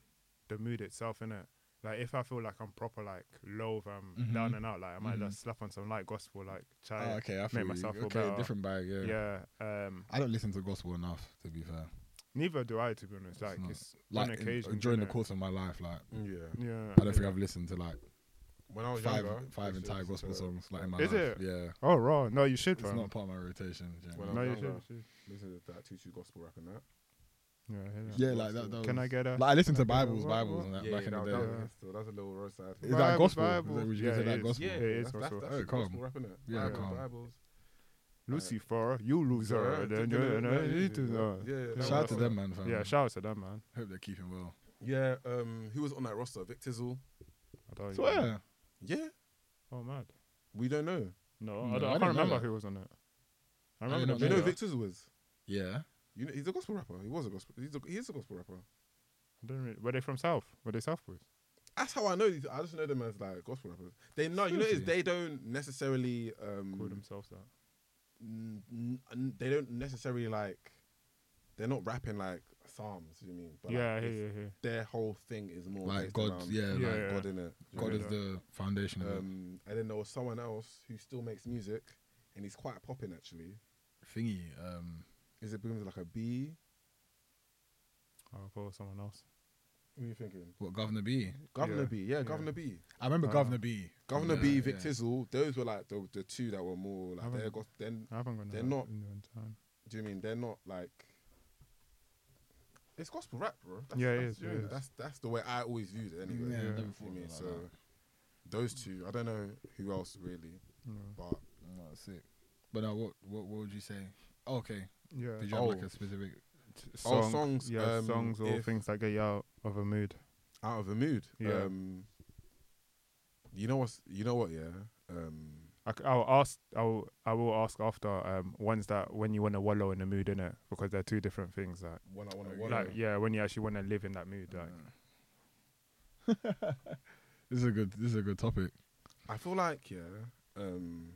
the mood itself in it. Like if I feel like I'm proper like low, if I'm Mhm. down and out, like I might Mhm. just slap on some light gospel, like try Oh, and okay, I feel make you. myself feel okay, better. different bag. Yeah. Yeah. Um, I don't listen to gospel enough, to be fair. neither do I, to be honest. Like not- it's, Like on in- occasion during the innit? course of my life, like yeah. Yeah. I don't think I've listened to like When I was five younger, I five used to entire listen gospel to- songs like in my uh, Is life. it? Yeah, Oh, raw. No, you should. it's fam. not part of my rotation. do you know what I Well, mean? no, you Well, should. well. you should. Listen to that tutu gospel rap and that. Yeah. I hear that. Yeah, like that. that Can was- I get a? Like I listened to can I get a Bibles, what- Bibles, what? and that Yeah, back yeah, in the that, day. that, yeah. was- that's a little roadside. Is that Bible, gospel? Bible. Would you Yeah, consider it that is. gospel? Yeah, it is that's, that's, also. that's Oh, just come. gospel rap and that. Yeah, Bibles, come. Bibles. Lucifer, you loser. Then you- no, you do not. Yeah, that Shout was- out to them, man. Fam. Yeah, shout out to them, man. Hope they're keeping well. Yeah, um, who was on that roster? Vic Tizzle. I don't So even- yeah, Yeah, Oh, mad. we don't know. No, No, I, don't, I I, didn't know can't remember that. who was on it. I did remember not the Do you know video. who Vic Tizzle was? yeah. You know, he's a gospel rapper. He was a gospel. He's a, he is a gospel rapper. I don't really, were they from South? Were they South boys? That's how I know these. I just know them as like gospel rappers. They know, you know, is Seriously? they don't necessarily. Um, Call themselves that. n- n- n- they don't necessarily like. They're not rapping like psalms. You know what I mean? But yeah, like, yeah, it's- yeah, yeah. Their whole thing is more Like based God, around, yeah, Mm-hmm. like Yeah, yeah. God in it. God is the foundation of it. Um, and then there was someone else who still makes music, and he's quite popping actually. thingy. Um, Is it begins with like a B? Oh, I thought it was someone else. Who you thinking? What Governor B? Governor Yeah. B, yeah, Governor B. I remember Governor B. Governor Yeah, B, Vic yeah. Tizzle, those were like the, the two that were more like Haven't- they're got then I haven't gone. They're down not- in one time. do you mean they're not like it's gospel rap, bro. That's, Yeah, it that's, is, it is. That's that's the way I always viewed it anyway. Yeah, I you never know what thought I mean? about so that. those two, I don't know who else really, but Oh, that's sick. But now, what, what what would you say? Oh, okay, Yeah. did you have like Oh. a specific? Oh, songs, Yeah, um, songs or if- things that get you out of a mood. out of a mood. Yeah. Um, you know what's you know what, yeah. Um, I, will ask. I'll. I will ask after um ones that when you want to wallow in the mood in it because they're two different things. Like, when I want to like yeah, when you actually want to live in that mood. Like, This is a good. This is a good topic. I feel like yeah. Um,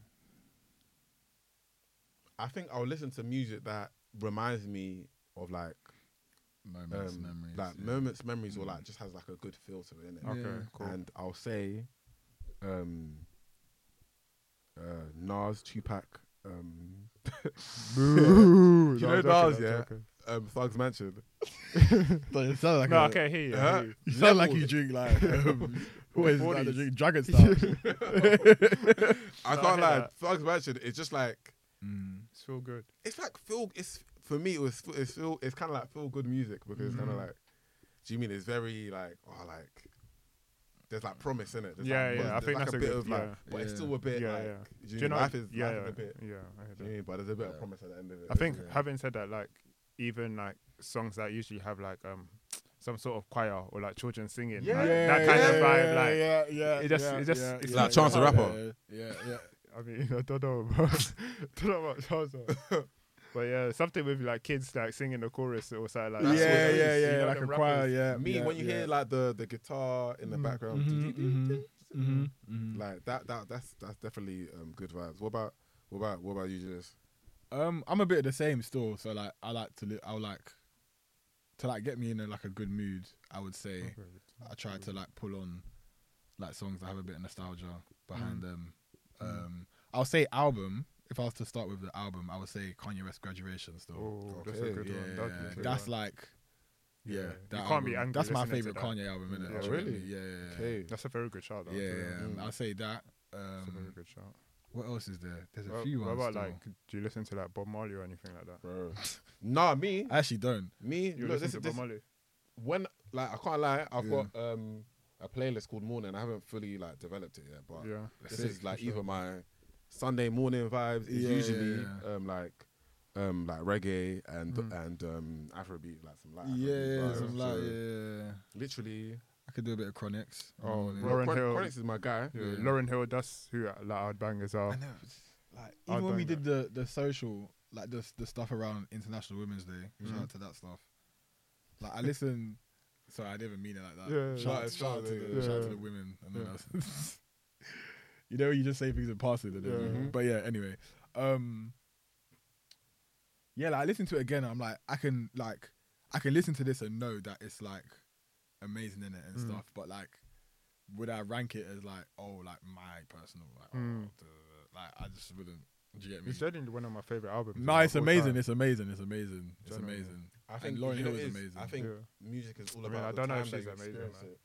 I think I'll listen to music that reminds me of like Moments, um, memories. like yeah. Mm. moments, memories, or like just has like a good feel to it. Innit? okay, Yeah. cool. And I'll say, um, uh, Nas, Tupac, um, Boo. You know No, I'm joking, I'm Nas, yeah? joking. um, Thugs Mansion. But it sounds like No, a- okay, here you. Huh? You sound like Level. you drink like um, what is that? 40s. The drink dragon stuff. I No, I can't hear lie, that. Thugs Mansion. It's just like It's feel good. it's like feel. It's for me. It was. It's feel. It's kind of like feel good music because it's kind Mm-hmm. of like. Do you mean it's very like oh like. There's like promise in it. There's Yeah, like, yeah, There's I think like that's a a bit good- of like, yeah. but it's Yeah. still a bit Yeah, like. yeah. Do you, know? Life is yeah, life yeah, is a bit. Yeah, I hear Do you that. mean? But there's a bit of promise at the end of it. I think Yeah. having said that, like even like songs that usually have like um some sort of choir or like children singing, like, that kind of vibe. like yeah, yeah, it just- it just- it's like Chance the Rapper. Yeah, yeah, yeah. I mean, I don't know about, don't know about Charles, uh, but yeah, something with like kids like singing the chorus or something like that. Yeah, That's what yeah, it yeah, is, you know, like a them choir, rappers. yeah. me yeah, when you yeah. hear like the the guitar in the background Mhm, mhm, mhm, mhm. like that that that's that's definitely um good vibes what about what about what about you Julius? Um, I'm a bit of the same still. So like, I like to, li- I like to like get me in a, like a good mood. I would say I try to like pull on like songs that have a bit of nostalgia behind them. Um, I'll say album. If I was to start with the album, I would say Kanye West Graduation still. Oh, that's a Okay, good yeah, one. That'd be a good that's one. like, yeah, Yeah. that You can't be album. angry That's my listening to favorite that. Kanye album, isn't it? Yeah, really? Yeah, yeah, yeah. okay that's a very good shout. Though, yeah, to be yeah, honest. um, I'll say that. That's a very Um, good shout. what else is there? There's a Well, few what ones. about still. like, do you listen to like Bob Marley or anything like that? bro nah me I actually don't. me You look, listen this, to this, Bob Marley? when like I can't lie I've Yeah. got um a playlist called Morning I haven't fully like developed it yet but Yeah. this Sick, is like for sure. either my Sunday morning vibes is Yeah, yeah, usually yeah. um like um like reggae and and um Afrobeat like Ah, some like Yeah, Afrobeat yeah, vibes. some like, So, yeah. literally I could do a bit of chronics. Oh, Morning. Lauren Chron- Hill. Chronix is my guy Yeah. Lauren Hill, that's who uh, like I'd bang as well. I know. it's Like I'll even when we bang did the the social, like the the stuff around International Women's Day, Mm-hmm. shout out to that stuff. Like I listen. Sorry, I didn't even mean it like that. Yeah, shout, yeah, out- shout out to yeah, the yeah. shout out to the women. And then I was- you know, you just say things in passing. And then, Yeah. mm-hmm. But yeah, anyway. Um, yeah, like I listen to it again. And I'm like, I can like, I can listen to this and know that it's like amazing in it and stuff. But like, would I rank it as like, oh, like my personal, like, oh, Mm. duh, duh, duh. like I just wouldn't. Do you get me? It's definitely one of my favorite albums. No, like, it's all amazing. time. It's amazing. It's amazing. It's Genuinely. amazing. I think and Lauren you know Hill it is is. amazing. I think Yeah. music is all I about. mean, I the don't know time if that she's you amazing, experience man. it.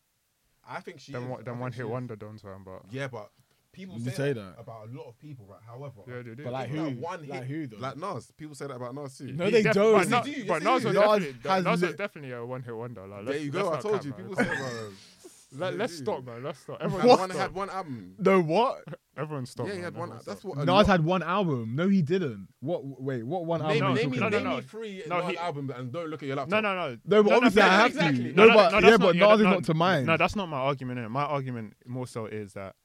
I think she. Then is. one, I then think one she hit is. wonder don't time, but Yeah, but people You say, say that that. about a lot of people, right? However, yeah, they do. But like It's not who? one Like hit. who though? like Nas, people say that about Nas too. No, they def- don't. But, Yes, Nas- they do, yes, but they Nas do. was Nas definitely, has Nas was lit- definitely a one hit wonder. Like, there let's- you go. I let's not told count, you. man. People Come say on. about. Let, they let's do. stop, man. Let's stop. Had Everyone, one stop. had one album. No, what? Everyone stop. Yeah, he man. had one. Everyone That's stop. what. a Nas lot- had one album. No, he didn't. What? Wait, what one Name, No, album? are you name, me, talking no, about? no, name no. me three No, one he- album and don't look at your laptop. No, no, no. No, but no, obviously I yeah, have exactly. to. No, that- but yeah, that's but not- Nas is that- not to mine. No, that's not my argument. innit? My argument more so is that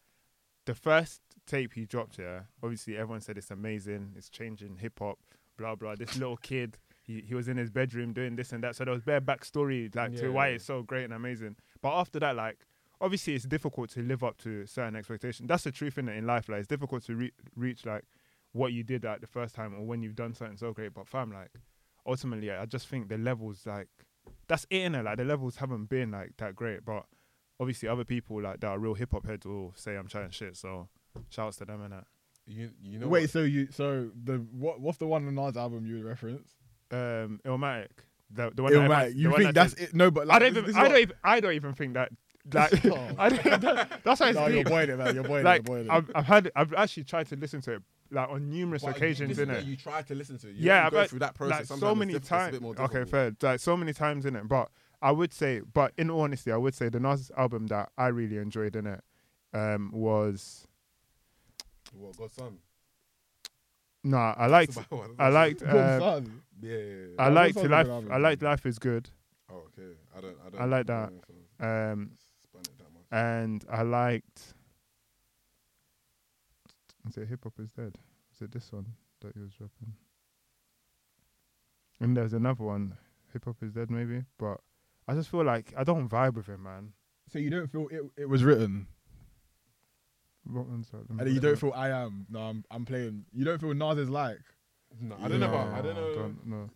the first tape he dropped, yeah, obviously everyone said it's amazing, it's changing hip hop, blah blah. This little kid, he, he was in his bedroom doing this and that. So there was bare backstory like to why it's so great and amazing. But after that, like obviously it's difficult to live up to certain expectations. That's the truth in in life. Like it's difficult to re- reach like what you did like the first time or when you've done something so great. But fam, like ultimately, I just think the levels like that's it in it. Like the levels haven't been like that great, but obviously other people like that are real hip hop heads will say I'm trying shit. So shouts to them and that. You, you know. Wait, what? so you so the what? What's the one on Nas album you would reference? Um, Illmatic, the, the one. It that might- everyone- the you one think that that's says- it? No, but like, I don't this- even. this is I what- don't even. I don't even think that. Like, Oh. I don't, that- that's why it's No, you're deep. boiling it, man. You're boiling Like, it. You're boiling it. I've, I've had. I've actually tried to listen to it like on numerous But occasions, this is innit? where You try to listen to it. You have yeah, to I've go had- through that process. Like, Sometimes so it's many difficult, it's a times. bit more Okay, difficult. fair. Like so many times in it, but I would say, but in all honesty, I would say the last album that I really enjoyed in it um, was What God's son? no, I liked, That's about what- I liked, um, Son. Yeah. yeah, yeah. I That liked was a good life. album. I liked life is good, Oh, okay. I don't. I don't. I like don't that. know if I've um, spun it that much. and I liked. Is it hip hop is dead? Is it this one that he was dropping? And there's another one, hip hop is dead maybe, but I just feel like I don't vibe with him, man. So you don't feel it, it was written, What one's that? Let me and you put it don't feel I am. No, I'm, I'm playing. You don't feel Nas is like. No, up. I don't know. No, About, I don't know. I don't know.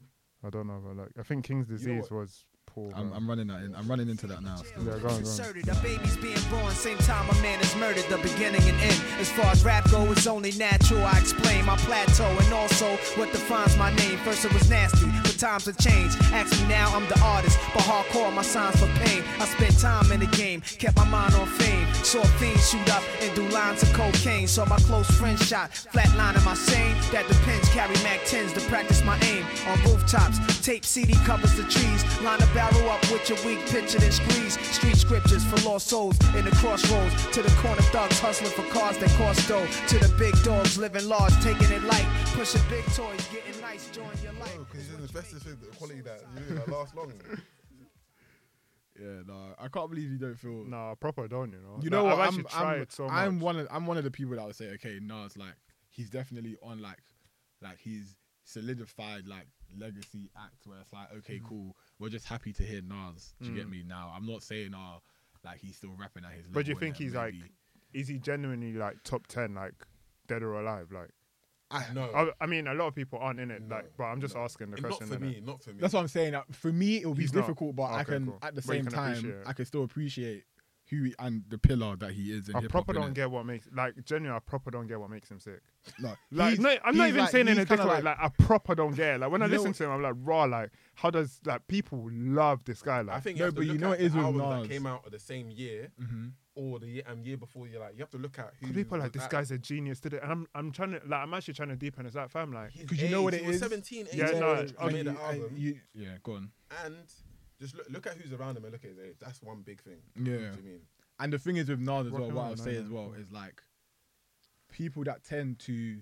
I don't know about like. I think King's know disease what? was poor. I'm, bro. I'm running that. In, I'm running into that now. yeah, go on, go on. Inserted, a baby's being born, same time a man is murdered, the beginning and end. As far as rap go, it's only natural. I explain my plateau and also what defines my name. First it was nasty, but times have changed. Ask me now, I'm the artist, but hardcore my signs for pain. I spent time in the game, kept my mind on fame. Saw things shoot up and do lines of cocaine. Saw my close friend shot, flatline am I sane? That depends, carry Mac 10s to practice my aim. On rooftops, tape CD covers the trees. Line a barrel up with your weak picture and squeeze. Street scriptures for lost souls in the crossroads. To the corner thugs hustling for cars that cost dough. To the big dogs living large, taking it light. Pushing big toys, getting nice, join your life. Because you're invested in the quality that you know, that lasts long. Yeah, no, I can't believe you don't feel. Nah, proper don't you know? You know Like, what? I've actually I'm, tried I'm, so much. I'm one. Of, I'm one of the people that would say, okay, Nas, like he's definitely on like, like he's solidified like legacy act where it's like, okay, cool, we're just happy to hear Nas. Do you get me? Now, I'm not saying, uh, like he's still rapping at his. But do you level and think he's maybe- like? Is he genuinely like top ten, like dead or alive? Like, no, I, I mean, a lot of people aren't in it. Like, but I'm just asking the not question. for innit? me. Not for me. That's what I'm saying. Like, for me, it would be He's not. difficult, but I Okay, can cool. at the But you same can time, appreciate it. I can still appreciate who he, and the pillar that he is. In I hip-hop, proper don't innit? get what makes like genuinely. I proper don't get what makes him sick. No, Like, he's- no, I'm not he's even like- saying in he's a different kinda way. Like, I proper don't get. It. Like, when I You know listen what- to him, I'm like, raw. Like, how does like people love this guy? Like, I think you No, have to but you look know at it is the with albums Nas. that came out of the same year or the year, and year before. You're like, you have to look at who. Mm-hmm. people are like was this at guy's a genius, did it? And I'm, I'm trying to, like, I'm actually trying to deepen as that fam, like, his 'Cause you know what age. it He was is? 17, 18 Yeah, no, when he I made mean, the album, you- yeah, go on. and just look, look at who's around him and look at his age. That's one big thing. Yeah. Do you mean? And the thing is with Nas as Rock well, and what roll, I'll no, say no, as no. well is like people that tend to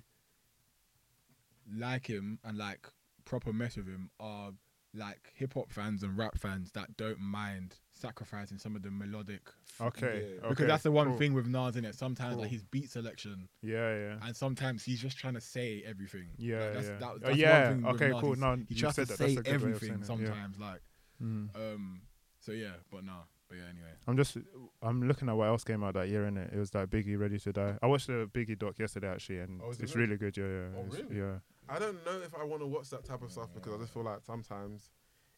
like him and like proper mess with him are like hip hop fans and rap fans that don't mind sacrificing some of the melodic okay, Yeah. okay, because that's the one cool. thing with Nas in it. Sometimes like his beat selection Yeah, yeah. and sometimes he's just trying to say everything. Like, Yeah, that's, yeah. That, Oh, that's one yeah, thing with okay, Nas, cool. he's- No, he you've tries said to that. That's say a good way of saying everything it, yeah. sometimes. Like, Mm. um, so yeah, but nah, but yeah, anyway. I'm just I'm looking at what else came out that year, innit? It was like Biggie Ready to Die. I watched the Biggie doc yesterday actually, and Oh, is it it's good? really good. Yeah, yeah, Oh, it's- really? yeah. I don't know if I want to watch that type of stuff because I just feel like sometimes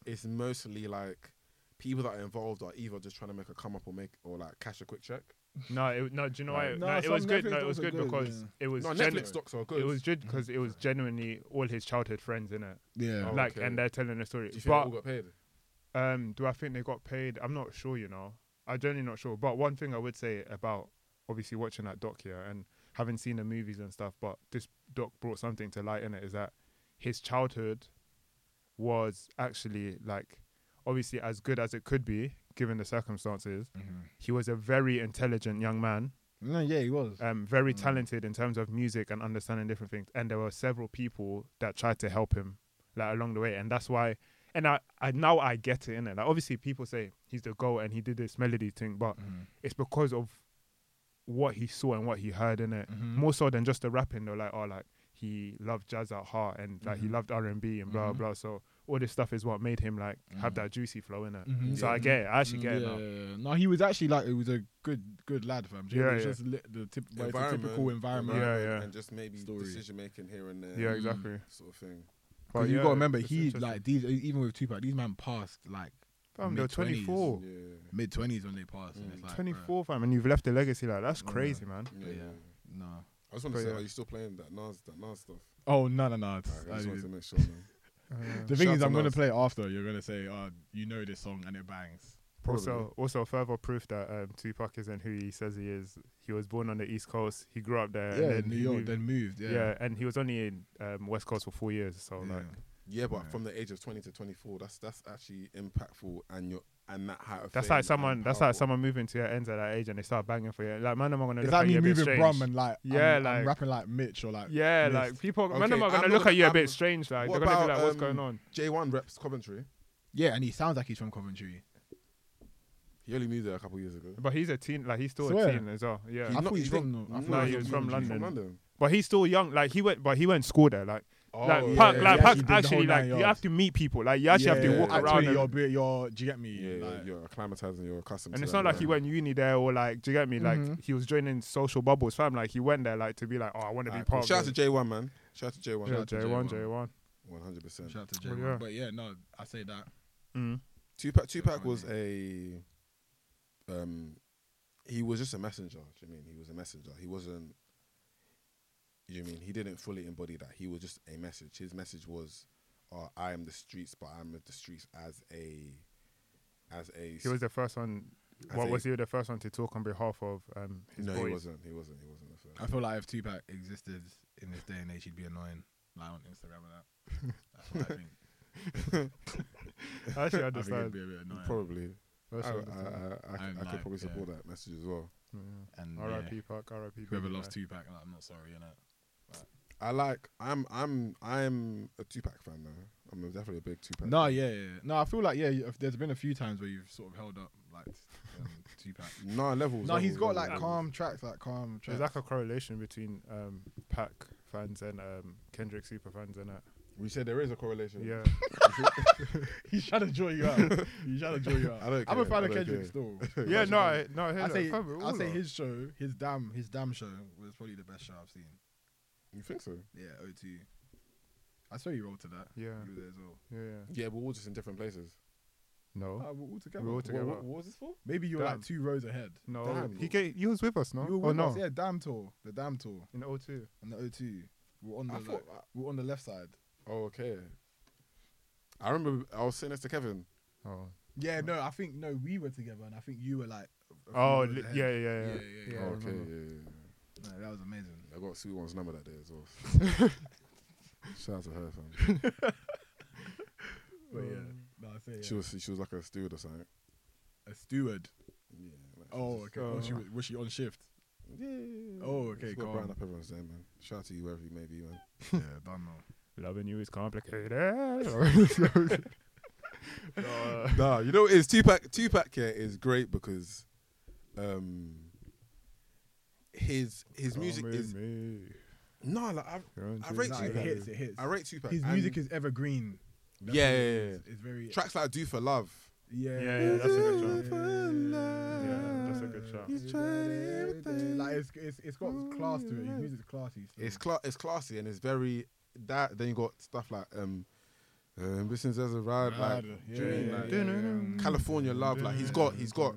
it's mostly like people that are involved are either just trying to make a come up or make or like cash a quick check. No, it, no, do you know why? No, No, it some was good. Netflix No, it docs was are good good, because yeah. it was No, genu- Netflix docs are good. Mm-hmm. It was good because it was genuinely all his childhood friends in it, Yeah. Oh, like, okay. and they're telling the story. Do you think they all But got paid? Um, do I think they got paid? I'm not sure, you know. I'm genuinely not sure. But one thing I would say about obviously watching that doc here and having seen the movies and stuff, but this doc brought something to light in it is that his childhood was actually like obviously as good as it could be given the circumstances. Mm-hmm. He was a very intelligent young man No, yeah, he was. um, very Mm. talented in terms of music and understanding different things. And there were several people that tried to help him like along the way, and that's why. And I, I now I get it in it. Like obviously people say he's the goat and he did this melody thing, but Mm. it's because of what he saw and what he heard in it. Mm-hmm. More so than just the rapping. They're like, oh, like he loved jazz at heart and like Mm-hmm. he loved R and B and blah blah. So all this stuff is what made him like have that juicy flow in it. So I get it. I actually get it Mm. Mm-hmm. yeah, now. yeah, yeah. No, he was actually like, it was a good, good lad, fam. Yeah, Yeah, yeah. It's yeah. just li- the, tip- well, it's a typical environment. Yeah. and just maybe Story. decision making here and there. Yeah, exactly. Sort of thing. But Because Mm. you yeah, got to remember, it's he interesting. like these, even with Tupac, these man passed like Fam, they were mid-twenties. 24. Yeah. mid twenties when they passed. And it's like, bruh, 24, fam, and you've left a legacy like that's crazy, man. Yeah. But yeah, no. I just want to But say, yeah. are you still playing that Nas that Nas stuff? Oh no, no, no. It's, Like, I just I wanted to mean, make sure. Man. the thing is, Shout I'm to gonna Nas. play it after. You're gonna say, "Oh, you know this song," and it bangs. Also, also further proof that um, Tupac isn't who he says he is. He was born on the East Coast. He grew up there. yeah, and then New he York, moved- then moved. yeah. Yeah, and he was only in um, West Coast for four years. So Yeah. like, Yeah, but from the age of 20 to 24, that's that's actually impactful and you're and that height of that's fame like and someone. That's like powerful. someone moving to their ends at that age and they start banging for you. Like, man, am I gonna Is look that at me you a bit moving strange? Brum and like, Yeah, I'm, like- I'm rapping like Mitch or like, Yeah, Mist? like people, Okay, man, am I I'm gonna not look gonna- at you a I'm- bit strange? Like, What they're gonna be about, like, what's um, going on? J1 reps Coventry. yeah, and he sounds like he's from Coventry. He only moved there a couple years ago. But he's a teen. Like, he's still a Swear. teen as well. Yeah, I thought not- he's you from. think- no, I thought No, he he was was from from London. Coventry. From London. but he's still young. Like, he went, but he went to school there. Like. like Oh, Puck, yeah, like he Puck actually did the actually, whole like nine you yards. have to meet people. Like you actually have to Yeah, walk yeah, At around 20, and, you're, be- you're, do you get me? Yeah, yeah, Like, you're acclimatizing, you're accustomed and to it's that not like he environment. went uni there or like, do you get me? Like Mm-hmm. he was joining social bubbles, fam. Like he went there like to be like, oh, I want to be Alright, cool. part Shout out of. to it. J1, man. Shout out to J1. Yeah, Shout out to J1, J1. J1. 100%. Shout out to J. Well, Well, yeah. But yeah, no, I say that. Mm. Tupac, Tupac was a, um, he was just a messenger. Do you mean he was a messenger? He wasn't. You mean he didn't fully embody that? He was just a message. His message was, uh, "I am the streets, but I'm the streets as a, as a." He was the first one. I What think- was he the first one to talk on behalf of um, his no, boys? he wasn't. He wasn't. He wasn't the I first. feel like if Tupac existed in this day and age, he'd be annoying, like on Instagram and that. That's what I think. I actually I think it'd be understand. a bit annoying. Probably. I I, I, actually I, I, I, understand. I could- I like, could probably yeah. support that message as well. And yeah, R.I.P. Park, R.I.P. whoever Biggie, loves like. Tupac, like, I'm not sorry, you know. I like. I'm. I'm. I'm a Tupac fan though. I'm definitely a big Tupac. No, yeah, yeah, yeah. no. I feel like yeah. if There's been a few times where you've sort of held up like um, Tupac. No levels. No, he's levels, got levels, like levels. calm tracks, like calm There's tracks. like a correlation between um, Pac fans and um, Kendrick super fans and that. We said there is a correlation. Yeah, He's trying to draw you out. He's trying to draw you out. I don't I'm care, a fan I of don't Kendrick care. still. yeah. No, I, no. I hear I that. say, Fam, I all say of- his show, his damn, his damn show was probably the best show I've seen. You think so? Yeah, O2. I swear you rolled to that. Yeah. you were there as well. Yeah. yeah. Yeah, we're all just in different places. No. Ah, we're all together. We're all together. was this for? Maybe you were Damn. like two rows ahead. No, Damn, bro. he gave, he was with us, no? You were oh with no, us, yeah. Damn tour, the damn tour, in O2. and the O2. We We're on the, I like, thought. we we're on the left side. Oh, okay. I remember I was saying this to Kevin. Oh, Yeah, no, I think no, we were together, and I think you were like. a few oh, rows li- ahead. yeah, yeah, yeah. yeah, yeah. Yeah, Oh. I oh, okay, remember. yeah, yeah, No, that was amazing. yeah. I got Sweet One's number that day as well. Shout out to her, fam. But yeah, Um, no, I say She yeah. was she was like a steward or something. a steward. Yeah. like, Oh, okay. Oh, uh, she was, was she on shift? yeah, yeah. Oh, okay, Got calm. brown up everyone's name, man. Shout out to you wherever you may be, man. yeah, don't know. Loving you is complicated. uh, No, nah, you know what it is Tupac Tupac here is great because um his his come music with is me. no like I, Come I to rate my Nah, Tupac. it life. hits. It hits. I rate Tupac. His and music is evergreen. That's Yeah, what it yeah, yeah, is. It's very tracks like "Do for Love." Yeah, Yeah, yeah, that's a good shout. Yeah, Yeah, that's a good shout. He's tried everything. Like it's, it's it's got class to it. His music's classy. So. It's cla- it's classy and it's very that. Then you got stuff like um, um this is as a ride like Rider, do you mean, yeah, like, yeah, California Love. Like he's got he's got.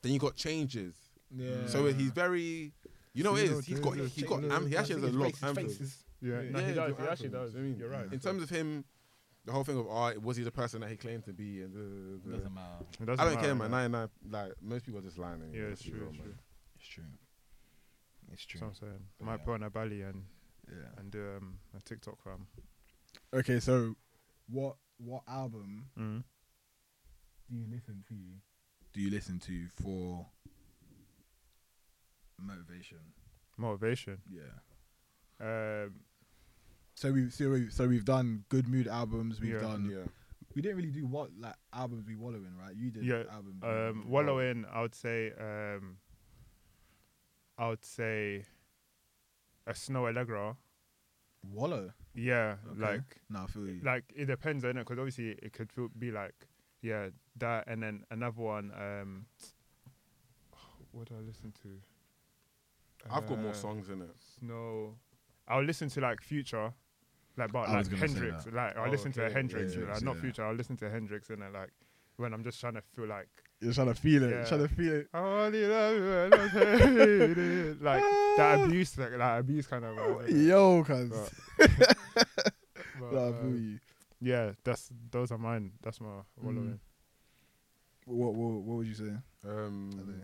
Then you got changes. yeah. So he's very. You know what it Feel is. He's got he's got the am- he actually has a His lot face- of his anthems. faces. Yeah, Yeah, no, he yeah, does. do He actually anthems. does. I mean, You're right. In terms of him, the whole thing of art, was he the person that he claimed to be? And the, the, Doesn't matter. It doesn't I don't matter, care, man. yeah. Nine nine, like most people are just lying. anyway, Yeah, let's be it's true. real, It's man. true. It's true. It's That's true. what I'm saying. Might yeah. put on a belly and Yeah. and do um, a TikTok fam. Okay, so what what album Mm. do you listen to? Do you listen to for motivation? Motivation. Yeah. Um, So we've so we've, so we've done good mood albums. We've Yeah. done. Yeah. We didn't really do what like albums we wallow in, right? You did Yeah, albums. you Um, did. wallow in, I would say, um, I would say, a snow allegra. Wallow. Yeah, Okay. like No, I feel you. like it depends on it because obviously it could feel, be like yeah that and then another one. Um, what do I listen to? I've got Uh, more songs in it. Snow. I'll listen to like Future, like but I was like gonna say Hendrix. that. Like I'll Oh, listen to okay, Hendrix, yeah, like, not yeah. Future. I'll listen to Hendrix and then like when I'm just trying to feel like You're trying to feel it. Yeah. Trying to feel it. I only love you when I hate it. like that abuse, like that abuse kind of. vibe, innit? Yo, cuz. But, Nah, I uh, feel you. yeah, that's those are mine. That's my Mm. wallowing. What, what what would you say? Mm. Um,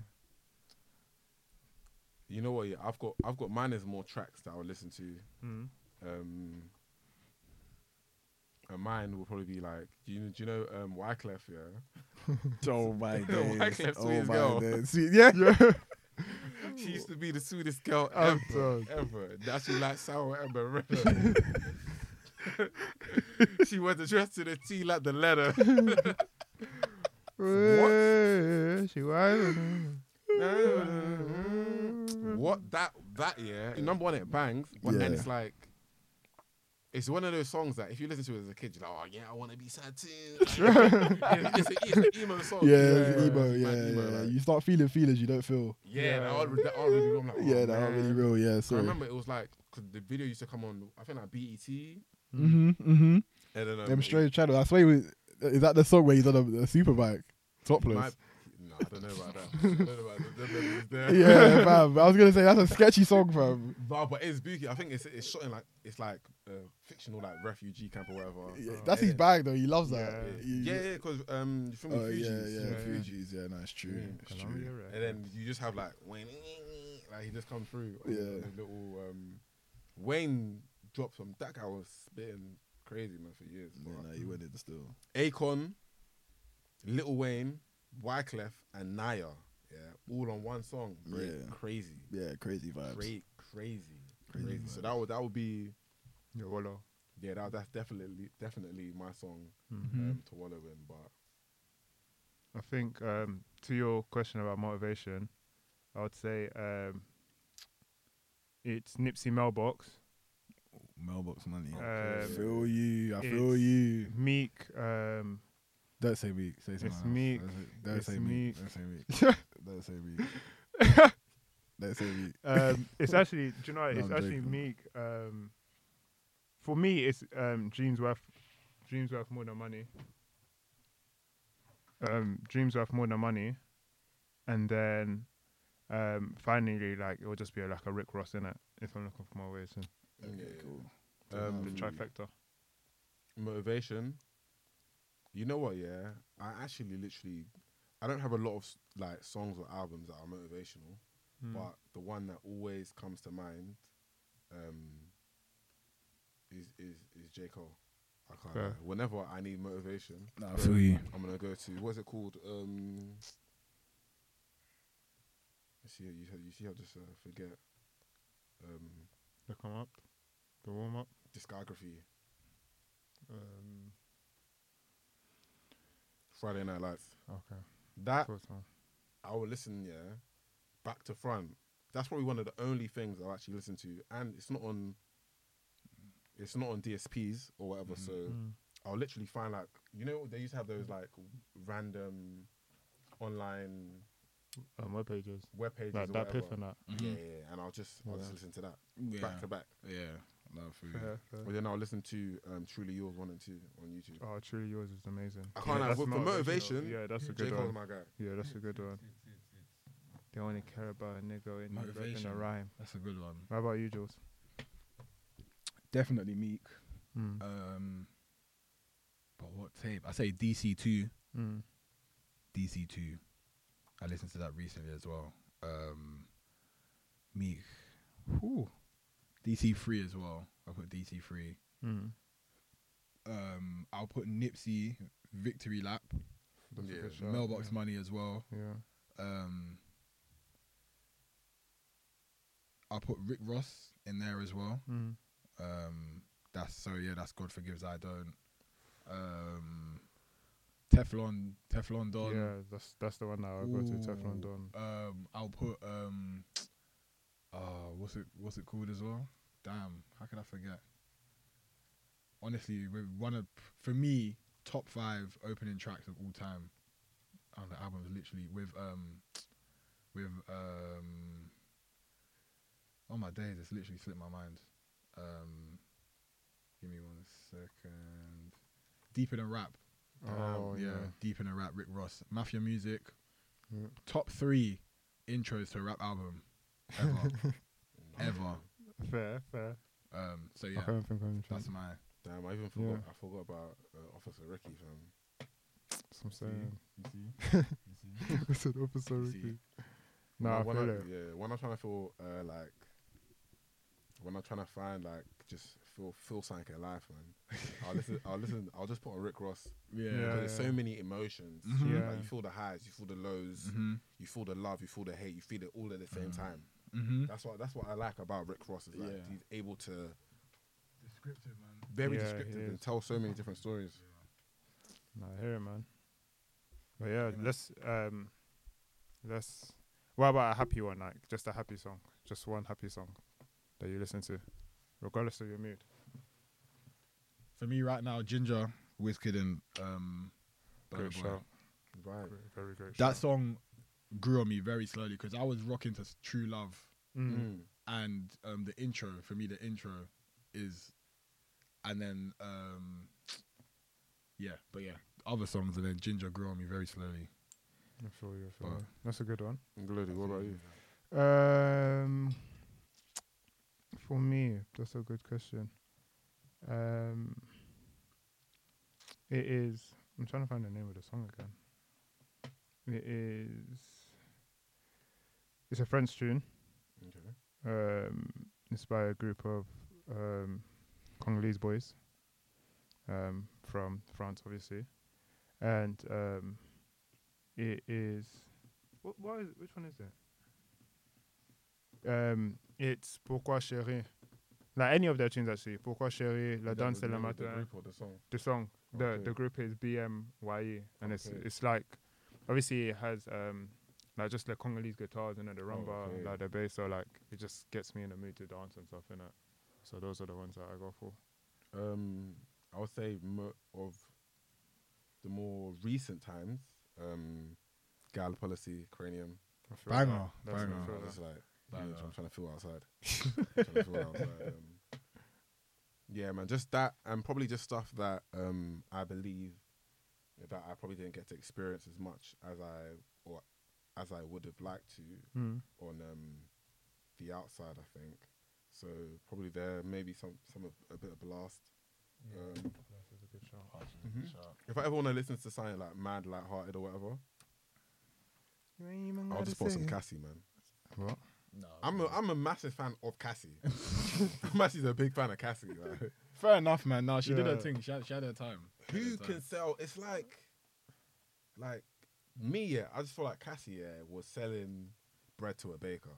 you know what? Yeah, I've got I've got mine is more tracks that I'll listen to. Mm. Um, and mine will probably be like, do you, do you know um, Wyclef? Yeah, Oh my days! Wyclef's oh sweet as my girl. days! Sweet- Yeah, yeah. she used to be the sweetest girl ever, ever. That she like sour amber red. she was dressed to the T like the letter. what that that yeah number one it bangs but then Yeah. it's like it's one of those songs that if you listen to it as a kid you're like oh yeah I want to be sad too like, you know, it's, a, it's an emo song Yeah, it's emo. It's Yeah, mad yeah, emo, like, You start feeling feelings you don't feel. yeah, that all that all really real. I'm like, oh, yeah, that aren't really man. real. Yeah, I sorry. remember it was like 'cause the video used to come on I think like E BET Mm-hmm. Mm-hmm. and then um, Them it- strange channels. I swear, he was, is that the song where he's on a, a super bike, it topless? might- no I don't know about that I don't know about that. Them memories there. yeah, fam. I was gonna say that's a sketchy song, fam. Nah, but it's spooky. I think it's it's shot in like it's like uh, fictional like refugee camp or whatever. Yeah, So, that's his Oh, yeah. bag though. He loves that. He- Yeah, yeah, because um, from Oh Fugees, yeah, you yeah, know, Fugees. Yeah, no, it's true. It's true. and then you just have like Wayne, like he just come through. on Yeah. the little um, Wayne dropped some. That guy was spitting crazy man for years. Yeah, no, he went in still. Akon, Little Wayne, Wyclef, and Naya, yeah, all on one song. bro. Yeah. crazy, Yeah, crazy vibes. Cra- crazy, crazy, So that would that would be Your wallow. yeah, that, that's definitely definitely my song um, to wallow in. But I think um, to your question about motivation, I would say um, it's Nipsey Mailbox, Mailbox money. I um, feel you. I feel it's- you. Meek. Um, Don't say weak. Say something. It's else. meek. Don't say- Don't It's say meek. meek. Don't say meek. Don't say meek. Don't say meek. um, it's actually, do you know? what, No, It's I'm actually joking. Meek. Um, for me, it's um, dreams worth dreams worth more than money. Um, dreams worth more than money, and then um, finally, like it will just be like a Rick Ross in it. If I'm looking for my ways, and yeah. the Um, trifecta. motivation. You know what? Yeah, I actually literally, I don't have a lot of s- like songs or albums that are motivational, but the one that always comes to mind, um, is is is J Cole. I can't. Fair. lie. Whenever I need motivation, Nah, I feel you. I'm gonna go to what's it called? Um, you see, you see- you see, I just uh, forget. Um, The come up, the warm up. discography, Um, Friday Night Lights. okay, That cool, so- I will listen, yeah, back to front. That's probably one of the only things I'll actually listen to, and it's not on. It's not on DSPs or whatever, so Mm. I'll literally find like you know they used to have those like random online Um, web pages web pages like or that whatever. piff and that. Yeah, yeah, yeah, and I'll just I'll just listen to that back to back, Yeah. No, I feel you. and then I'll listen to um, Truly Yours one and two on YouTube. Oh, truly yours is amazing. I can't lie, that's for for motivational. motivation. Yeah, that's J a good Cole's one. my guy. Yeah, that's a good one. They only care about a nigga in, a- in a Motivation. rhyme. That's a good one. How about you, Jules? Definitely meek. Mm. Um, but what tape? I say DC two, Mm. DC two. I listened to that recently as well. Um, Meek, Ooh. DC three as well. I put DC three. Mm. Um, I'll put Nipsey, Victory Lap, That's Yeah, a good shout. Mailbox yeah. Money as well. Yeah. Um, I'll put Rick Ross in there as well. Mm. Um, that's so yeah, that's God forgives I don't. Um, Teflon, Teflon Don. yeah, that's that's the one that I go to Teflon Ooh, Don. Um, I'll put um, uh, what's it what's it called as well? Damn, how can I forget? Honestly, with one of for me top five opening tracks of all time on the album is literally with um, with um, oh my days, it's literally slipped my mind. Um, give me one second. Deeper than rap. Um, Oh yeah. yeah. Deep in a rap, Rick Ross, Mafia Music, Yeah. top three intros to a rap album ever, ever. Fair, fair. Um, so I yeah, can't think of anything. that's my Damn, I even forgot. I forgot about uh, Officer Ricky, fam. Some You see? You see? I said officer See? Ricky. Nah, I when feel I, it. yeah, when I'm trying to feel uh, like, when I'm trying to find like just feel feel something in life, man. I'll listen. I'll listen. I'll just put on Rick Ross. Yeah. Mm-hmm. Yeah. There's so many emotions. Yeah. Like, you feel the highs, you feel the lows, you feel the love, you feel the hate, you feel it all at the same time. Mm-hmm. That's what that's what I like about Rick Ross is like Yeah. he's able to Descriptive, man. very Yeah, he descriptive is. and tell so many different stories. Nah, I hear it, man. But yeah, let's um, let's. What about a happy one? Like just a happy song, just one happy song that you listen to, regardless of your mood. For me right now, Ginger, Wizkid, and um, Burna Great Boy. shout. Right. Very, very great. That shout. song grew on me very slowly because I was rocking to s- True Love, Mm. Mm. and um, the intro for me, the intro is, and then um, yeah, but yeah, other songs, and then Ginger grew on me very slowly. I feel you, I feel Bar. you. That's a good one. Glody, what about you? Um, for me, that's a good question. Um, it is. I'm trying to find the name of the song again. It is. It's a French tune. Okay. Um, it's by a group of um, Congolese boys um, from France, obviously, and um, it is. What, what is, which one is it? Um, it's Pourquoi Chérie. Like any of their tunes, actually. Pourquoi Chérie, La That Danse was et la name of the Matin group or the song. the song. The Okay. the group is BMYE, E, and it's Okay. it's like obviously it has um like just the Congolese guitars and the rumba, okay. like the bass. So like it just gets me in the mood to dance and stuff in it. So those are the ones that I go for. Um, I would say mo- of the more recent times, um, Gal Policy, Cranium. I feel that. Banger, That's banger. I I feel was that. just like, Like, huge, uh, I'm trying to feel outside. I'm trying to feel outside, um, yeah, man, just that, and probably just stuff that um, I believe that I probably didn't get to experience as much as I or as I would have liked to Mm. on um, the outside. I think so. Probably there, maybe some some of, a bit of blast. Um, Mm-hmm. if I ever want to listen to something like mad, light-hearted or whatever, I'll just put some Cassie, man. What? I'm a, I'm a massive fan of Cassie. I'm actually a big fan of Cassie. Like, Fair enough, man. Now she did her Yeah. thing. She had, she had her time. She had who her time. can sell? It's like, like me. Yeah, I just feel like Cassie yeah, was selling bread to a baker.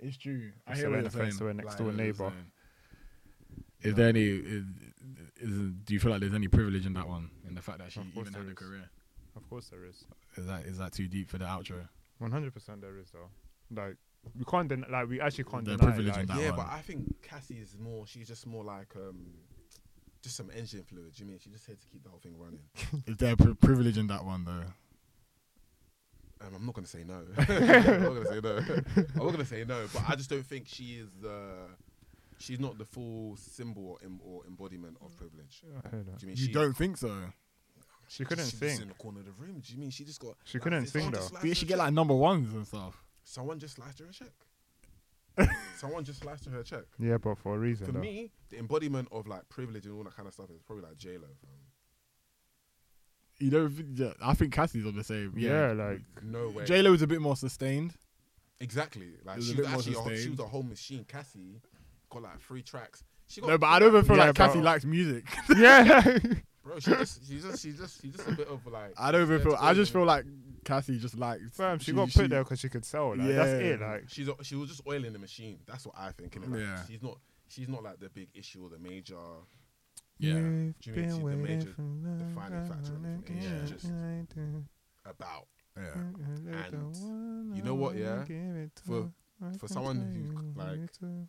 It's true. I It's hear like what you're the friends saying. to a next door I hear what neighbour. you're saying. Is there any? Is, is do you feel like there's any privilege in that one? In the fact that she Of course even there had a is. career? Of course there is. Is that is that too deep for the outro? One hundred percent there is though. Like we can't den- like we actually can't The deny. privilege in like, That yeah, one. but I think Cassie is more. She's just more like um, just some engine fluid. You mean she just had to keep the whole thing running? Is there pri- privilege in that one though? Um, I'm not gonna say no. I'm not gonna say no. I'm not gonna say no. But I just don't think she is the. She's not the full symbol or, em- or embodiment of privilege. Yeah, I hear that. Do you mean You she- don't think so? She couldn't she was sing. in the corner of the room. Do you mean she just got? She couldn't someone sing, just though. sliced But you her should a get check. like number ones and stuff. Someone just sliced her a check. someone just sliced her a check. Yeah, but for a reason. For though. me, the embodiment of like privilege and all that kind of stuff is probably like J Lo. You don't. Think, yeah, I think Cassie's on the same. yeah, Yeah. like No way. J Lo is a bit more sustained. exactly. Like There's a she bit was more actually a, she sustained. was a whole machine. Cassie got like three tracks. She got No, but I don't even feel Yeah, like Cassie bro. likes music. yeah. bro. She just she just she just she just a bit of like. I don't even she's feel. I just oiling- feel like Cassie just likes. Fam, she, got put there 'cause there because she could sell. Like that's it. Yeah. Like She's she was just oiling the machine. That's what I think. innit? Like, Yeah. She's not she's not like the big issue or the major. Yeah. Do you mean she's the major defining factor of the thing? She's just about Yeah. And you know what, yeah? for for someone who like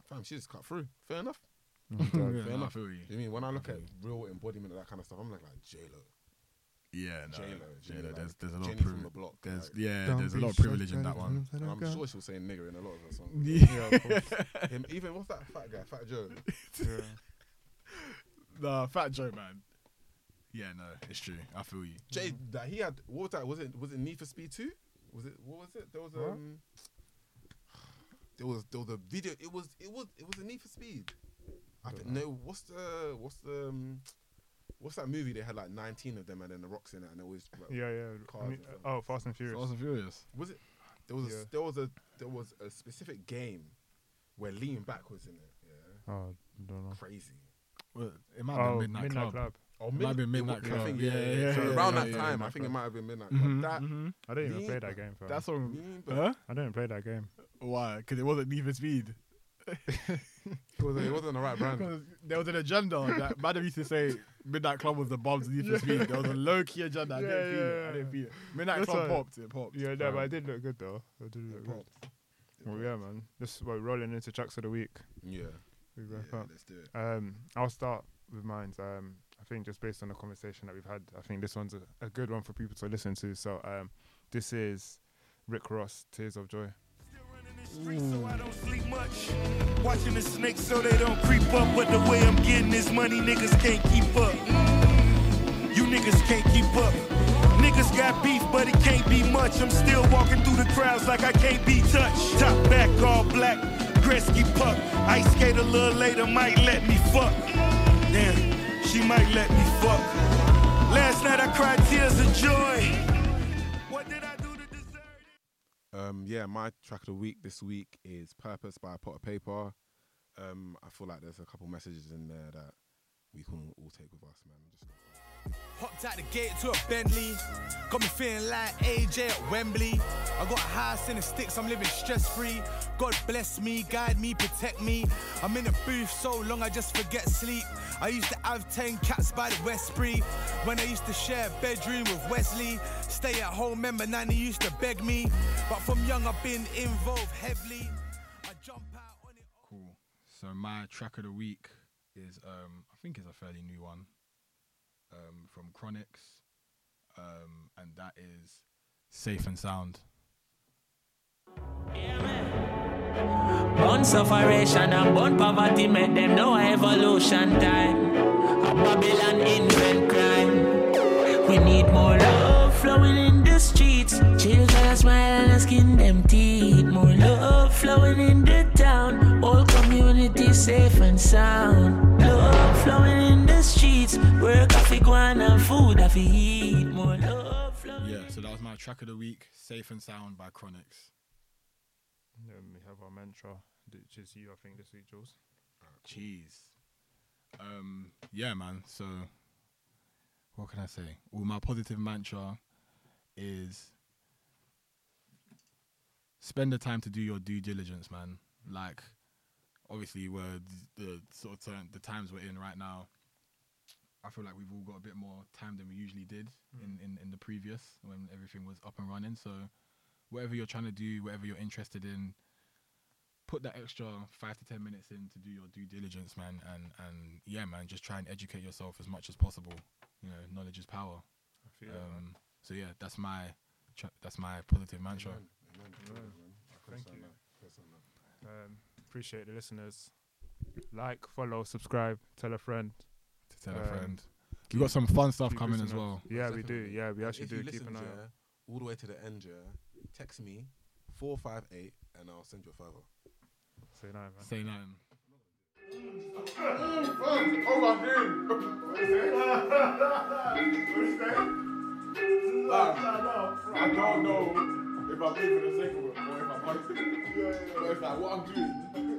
fam, she just cut through. Fair enough. Yeah, Dog. no, I enough. feel you. I mean, when I look Mm. at real embodiment of that kind of stuff, I'm like like J Lo, Yeah, no. J Lo, J Lo. There's there's a lot Jenny of from the privilege. block. There's like, yeah. Don't there's a be lot of so privilege in that one. judgmental, and I'm God. sure she'll say nigger in a lot of her songs. Yeah. of course. Him, even what's that fat guy, Fat Joe? Nah, Fat Joe, man. Yeah, no, it's true. I feel you. Jay, that he had what was that? Was it was it Need for Speed two? Was it what was it? There was What? um, there was there was a video. It was it was it was a Need for Speed. I think, no, what's the what's the um, what's that movie they had like 19 of them and then the rocks in it and they always like, Yeah, yeah. Cars Me- and stuff. oh, Fast and Furious. Fast and Furious. was it there was a, Yeah. there was a there was a specific game where lean back was in it. Yeah, Oh, don't know. crazy. Well, it might Oh, be Midnight, Club. Oh, Might be it Midnight was- I Club. think, Yeah, yeah, yeah, So yeah, around yeah, that yeah, time, Midnight I think it Club. might have been Midnight Mhm, Club. That mhm. I didn't even Me- play that game. Fam. That song. Lean back. Huh? I didn't play that game. oh, Why? Because it wasn't Need for Speed. It wasn't, it wasn't the right brand. Because there was an agenda that Madam used to say Midnight Club was the bombs Need for Speed. There was a low key agenda. I didn't Yeah, feel it. yeah, I yeah. didn't feel it. Midnight That's Club why- popped. It popped. Yeah, no, but I did look good though. I did look good. Um, popped. Well, yeah, man. This we're rolling into chucks of the week. Yeah, We yeah, wrap up. let's do it. Um, I'll start with mine. Um, I think just based on the conversation that we've had, I think this one's a, a good one for people to listen to. So, um, this is Rick Ross, Tears of Joy. So I don't sleep much. Watching the snakes so they don't creep up. But the way I'm getting this money, niggas can't keep up. You niggas can't keep up. Niggas got beef, but it can't be much. I'm still walking through the crowds like I can't be touched. Top back, all black, Gretzky puck. Ice skate a little later, might let me fuck. Damn, she might let me fuck. Last night I cried tears of joy. What did I do to deserve it? Um, yeah, my track of the week this week is Purpose by Pot of Paper. Um, I feel like there's a couple messages in there that we can all take with us, man. Just Hopped out the gate to a Bentley. Got me feeling like AJ at Wembley. I got a house in the sticks, I'm living stress free. God bless me, guide me, protect me. I'm in a booth so long I just forget sleep. I used to have 10 cats by the Westbury. When I used to share a bedroom with Wesley. Stay at home, remember Nanny used to beg me. But from young I've been involved heavily. I jump out on it. Cool. So my track of the week is um I think it's a fairly new one um from Chronix um and that is Safe and Sound. Bun sufferation and bun poverty make them know evolution time. A Babylon invent crime. We need more love flowing in the streets. Children are smiling and skin them teeth. More love flowing in the town. All communities safe and sound. Love flowing in the streets. Work off iguana and food off eat. More love flowing. Yeah, so that was my track of the week, Safe and Sound by Chronix. Then we have our mantra, which is you, I think, this week, Jules. Jeez. Um yeah man, so what can I say? Well my positive mantra is spend the time to do your due diligence, man. Like obviously we're d- the sort of turn, the times we're in right now. I feel like we've all got a bit more time than we usually did in, in, in the previous when everything was up and running. So whatever you're trying to do, whatever you're interested in, put that extra five to ten minutes in to do your due diligence, man, and and yeah, man, just try and educate yourself as much as possible. You know, knowledge is power. I feel that, man. Um, so yeah, that's my tra- that's my positive mantra. Thank you. Um, appreciate the listeners. Like, follow, subscribe, tell a friend. To tell Um, a friend, we got some fun stuff Keep coming as listening. well. Yeah, we do. Definitely. Yeah, we But actually if do. you Keep an listened, eye out. yeah, all the way to the end, yeah. Text me four five eight, and I'll send you a fiver. Say no, man. Say nothing. Oh my dude. What you say? What you say? Like, I don't know if I'm leaving the single or if I'm hunting. But it's like what I'm doing